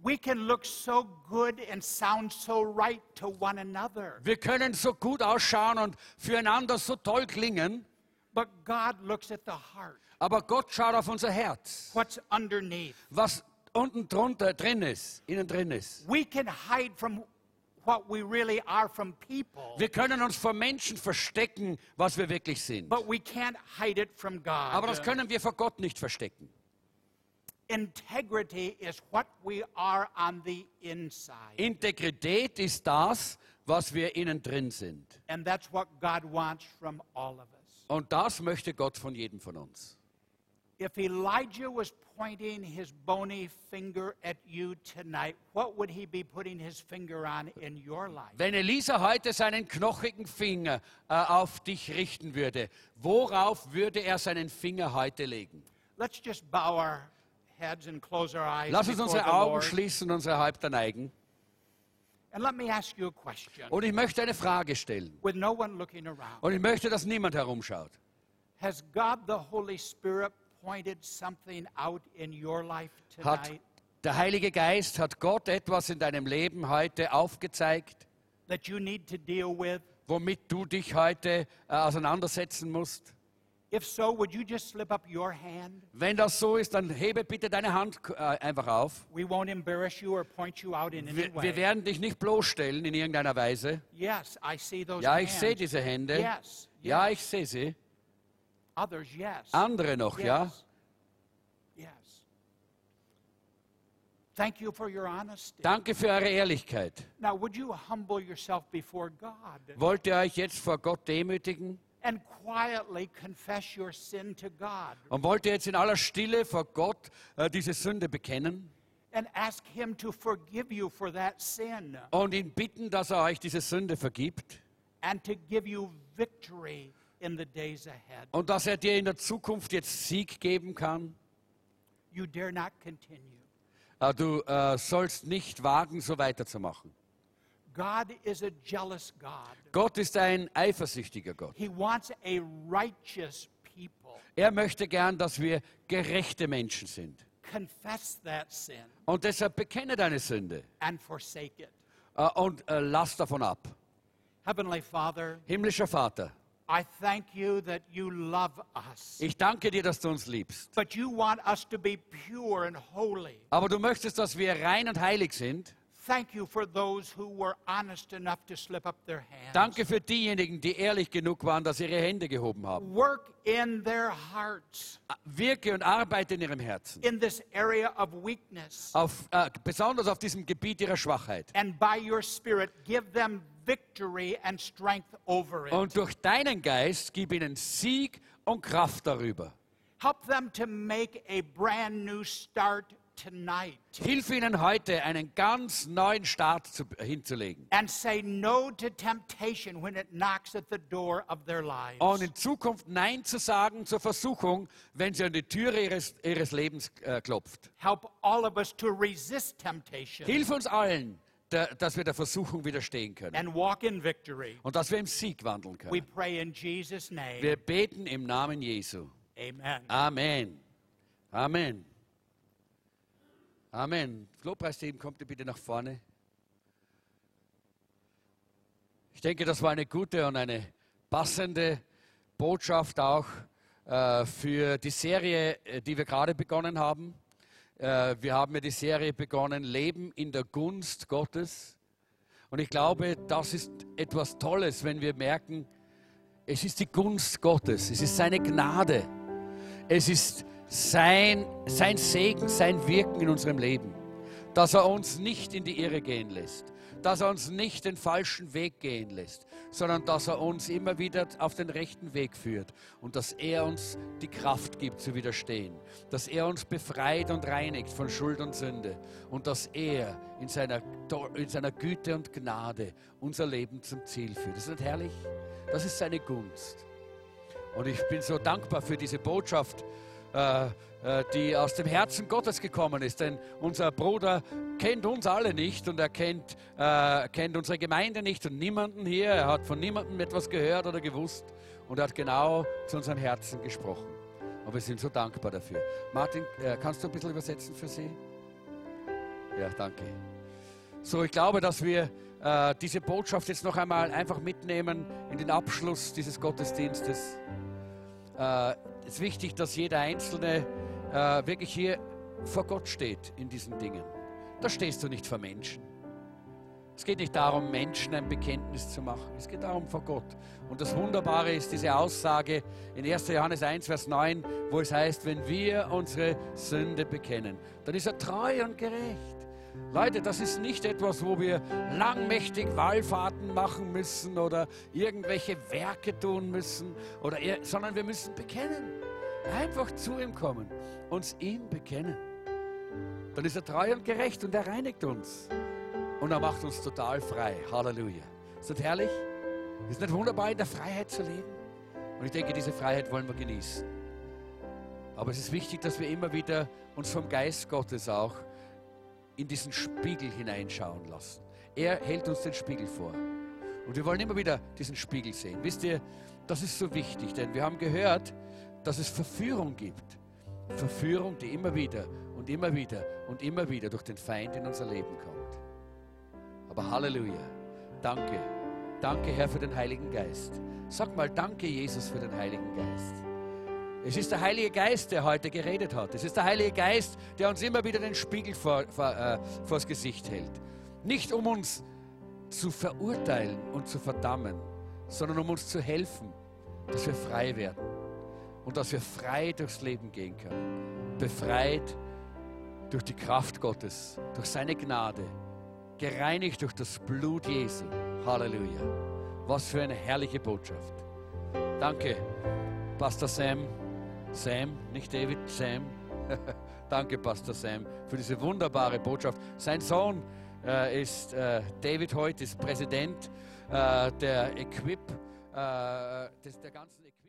Speaker 1: We can look so good and sound so right to one another,
Speaker 2: Wir können so gut ausschauen und füreinander so toll klingen,
Speaker 1: but God looks at the heart,
Speaker 2: aber Gott schaut auf unser Herz.
Speaker 1: what's underneath.
Speaker 2: Was unten drunter drin ist, innen drin ist.
Speaker 1: We can hide from what we really are from people,
Speaker 2: Wir können uns vor Menschen verstecken, was wir wirklich sind.
Speaker 1: but we can't hide it from God.
Speaker 2: Aber das können wir vor Gott nicht verstecken.
Speaker 1: Integrity is what we are on the inside.
Speaker 2: Integrität ist das, was wir innen drin sind.
Speaker 1: And that's what God wants from all of us.
Speaker 2: Und das möchte Gott von jedem von uns.
Speaker 1: If Elijah was pointing his bony finger at you tonight, what would he be putting his finger on in your life?
Speaker 2: Wenn Elisa heute seinen knochigen Finger äh, auf dich richten würde, worauf würde er seinen Finger heute legen?
Speaker 1: Let's just bow our heads and close our eyes.
Speaker 2: Lass uns
Speaker 1: before
Speaker 2: unsere
Speaker 1: the
Speaker 2: Augen
Speaker 1: Lord.
Speaker 2: schließen, unsere Häupter neigen.
Speaker 1: And let me ask you a question.
Speaker 2: Und ich möchte eine Frage stellen.
Speaker 1: With no one looking around,
Speaker 2: Und ich möchte, dass niemand herumschaut.
Speaker 1: has God the Holy Spirit pointed something out in your life
Speaker 2: Hat
Speaker 1: tonight
Speaker 2: der Heilige Geist, hat Gott etwas in deinem Leben heute aufgezeigt,
Speaker 1: that you need to deal with?
Speaker 2: womit du dich heute äh, auseinandersetzen musst?
Speaker 1: If so, would you just slip up your hand?
Speaker 2: Wenn das so ist, dann hebe bitte deine Hand äh, einfach auf.
Speaker 1: We won't embarrass you or point you out in any
Speaker 2: Wir,
Speaker 1: way.
Speaker 2: wir werden dich nicht bloßstellen in irgendeiner Weise.
Speaker 1: Yes, I see those
Speaker 2: Ja, ich
Speaker 1: hands.
Speaker 2: sehe diese Hände.
Speaker 1: Yes.
Speaker 2: Ja, ich sehe sie.
Speaker 1: Others, yes.
Speaker 2: Andere noch,
Speaker 1: yes.
Speaker 2: ja?
Speaker 1: Yes. Thank you for your honesty.
Speaker 2: Danke für eure Ehrlichkeit.
Speaker 1: Now, would you humble yourself before God
Speaker 2: Wollt ihr euch jetzt vor Gott demütigen?
Speaker 1: and quietly confess your sin to God
Speaker 2: Und wollt ihr jetzt in aller Stille vor Gott äh, diese Sünde bekennen?
Speaker 1: and ask Him to forgive you for that sin
Speaker 2: Und ihn bitten, dass er euch diese Sünde vergibt?
Speaker 1: and to give you victory in the days ahead?
Speaker 2: Und dass er dir in der Zukunft jetzt Sieg geben kann?
Speaker 1: You dare not continue.
Speaker 2: Äh, du äh, sollst nicht wagen, so weiterzumachen.
Speaker 1: God is a jealous God.
Speaker 2: Gott ist ein eifersüchtiger Gott.
Speaker 1: He wants a righteous people.
Speaker 2: Er möchte gern, dass wir gerechte Menschen sind.
Speaker 1: Confess that sin
Speaker 2: Und deshalb bekenne deine Sünde
Speaker 1: and forsake it.
Speaker 2: äh, und äh, lass davon ab.
Speaker 1: Heavenly Father,
Speaker 2: Himmlischer Vater,
Speaker 1: I thank you that you love us,
Speaker 2: ich danke dir, dass du uns liebst.
Speaker 1: but you want us to be pure and holy.
Speaker 2: Aber du möchtest, dass wir rein und heilig sind.
Speaker 1: Thank you for those who were honest enough to slip up their hands.
Speaker 2: Danke für diejenigen, die ehrlich genug waren, dass sie ihre Hände gehoben haben.
Speaker 1: Work in their hearts
Speaker 2: Wirke und arbeite in ihrem Herzen.
Speaker 1: in this area of weakness,
Speaker 2: Auf, äh, besonders auf diesem Gebiet ihrer Schwachheit.
Speaker 1: and by your Spirit, give them victory and strength over it.
Speaker 2: Und durch deinen Geist gib ihnen Sieg und Kraft darüber.
Speaker 1: Help them to make a brand new start tonight
Speaker 2: Hilf ihnen heute, einen ganz neuen Start zu, hinzulegen.
Speaker 1: and say no to temptation when it knocks at the door of their lives.
Speaker 2: Und in Zukunft Nein zu sagen zur Versuchung, wenn sie an die Türe ihres, ihres Lebens äh, klopft.
Speaker 1: Help all of us to resist temptation
Speaker 2: Hilf uns allen, da, dass wir der Versuchung widerstehen können
Speaker 1: and walk in victory.
Speaker 2: und dass wir im Sieg wandeln
Speaker 1: We
Speaker 2: können.
Speaker 1: pray in Jesus' name.
Speaker 2: Wir beten im Namen Jesu.
Speaker 1: Amen.
Speaker 2: Amen. Amen. Amen. Lobpreisteam, kommt ihr bitte nach vorne. Ich denke, das war eine gute und eine passende Botschaft auch äh, für die Serie, äh, die wir gerade begonnen haben. Äh, wir haben ja die Serie begonnen, Leben in der Gunst Gottes. Und ich glaube, das ist etwas Tolles, wenn wir merken, es ist die Gunst Gottes, es ist seine Gnade. Es ist sein, sein Segen, sein Wirken in unserem Leben, dass er uns nicht in die Irre gehen lässt, dass er uns nicht den falschen Weg gehen lässt, sondern dass er uns immer wieder auf den rechten Weg führt und dass er uns die Kraft gibt zu widerstehen, dass er uns befreit und reinigt von Schuld und Sünde und dass er in seiner, To- in seiner Güte und Gnade unser Leben zum Ziel führt. Ist das nicht herrlich? Das ist seine Gunst. Und ich bin so dankbar für diese Botschaft, äh, äh, die aus dem Herzen Gottes gekommen ist. Denn unser Bruder kennt uns alle nicht und er kennt, äh, kennt unsere Gemeinde nicht und niemanden hier. Er hat von niemandem etwas gehört oder gewusst und er hat genau zu unserem Herzen gesprochen. Und wir sind so dankbar dafür. Martin, äh, kannst du ein bisschen übersetzen für Sie? Ja, danke. So, ich glaube, dass wir äh, diese Botschaft jetzt noch einmal einfach mitnehmen in den Abschluss dieses Gottesdienstes. Äh, es ist wichtig, dass jeder Einzelne äh, wirklich hier vor Gott steht in diesen Dingen. Da stehst du nicht vor Menschen. Es geht nicht darum, Menschen ein Bekenntnis zu machen. Es geht darum vor Gott. Und das Wunderbare ist diese Aussage in 1. Johannes 1, Vers 9, wo es heißt, wenn wir unsere Sünde bekennen, dann ist er treu und gerecht. Leute, das ist nicht etwas, wo wir langmächtig Wallfahrten machen müssen oder irgendwelche Werke tun müssen, oder, ir- sondern wir müssen bekennen. Einfach zu ihm kommen, uns ihm bekennen. Dann ist er treu und gerecht und er reinigt uns. Und er macht uns total frei. Halleluja. Ist das herrlich? Ist nicht wunderbar, in der Freiheit zu leben? Und ich denke, diese Freiheit wollen wir genießen. Aber es ist wichtig, dass wir immer wieder uns vom Geist Gottes auch in diesen Spiegel hineinschauen lassen. Er hält uns den Spiegel vor. Und wir wollen immer wieder diesen Spiegel sehen. Wisst ihr, das ist so wichtig, denn wir haben gehört, dass es Verführung gibt. Verführung, die immer wieder und immer wieder und immer wieder durch den Feind in unser Leben kommt. Aber Halleluja. Danke. Danke, Herr, für den Heiligen Geist. Sag mal, danke, Jesus, für den Heiligen Geist. Es ist der Heilige Geist, der heute geredet hat. Es ist der Heilige Geist, der uns immer wieder den Spiegel vor, vor, äh, vors Gesicht hält. Nicht um uns zu verurteilen und zu verdammen, sondern um uns zu helfen, dass wir frei werden und dass wir frei durchs Leben gehen können. Befreit durch die Kraft Gottes, durch seine Gnade, gereinigt durch das Blut Jesu. Halleluja. Was für eine herrliche Botschaft. Danke, Pastor Sam. Sam, nicht David, Sam. <laughs> Danke, Pastor Sam, für diese wunderbare Botschaft. Sein Sohn äh, ist, äh, David Hoyt ist Präsident äh, der Equip, äh, des, der ganzen Equip.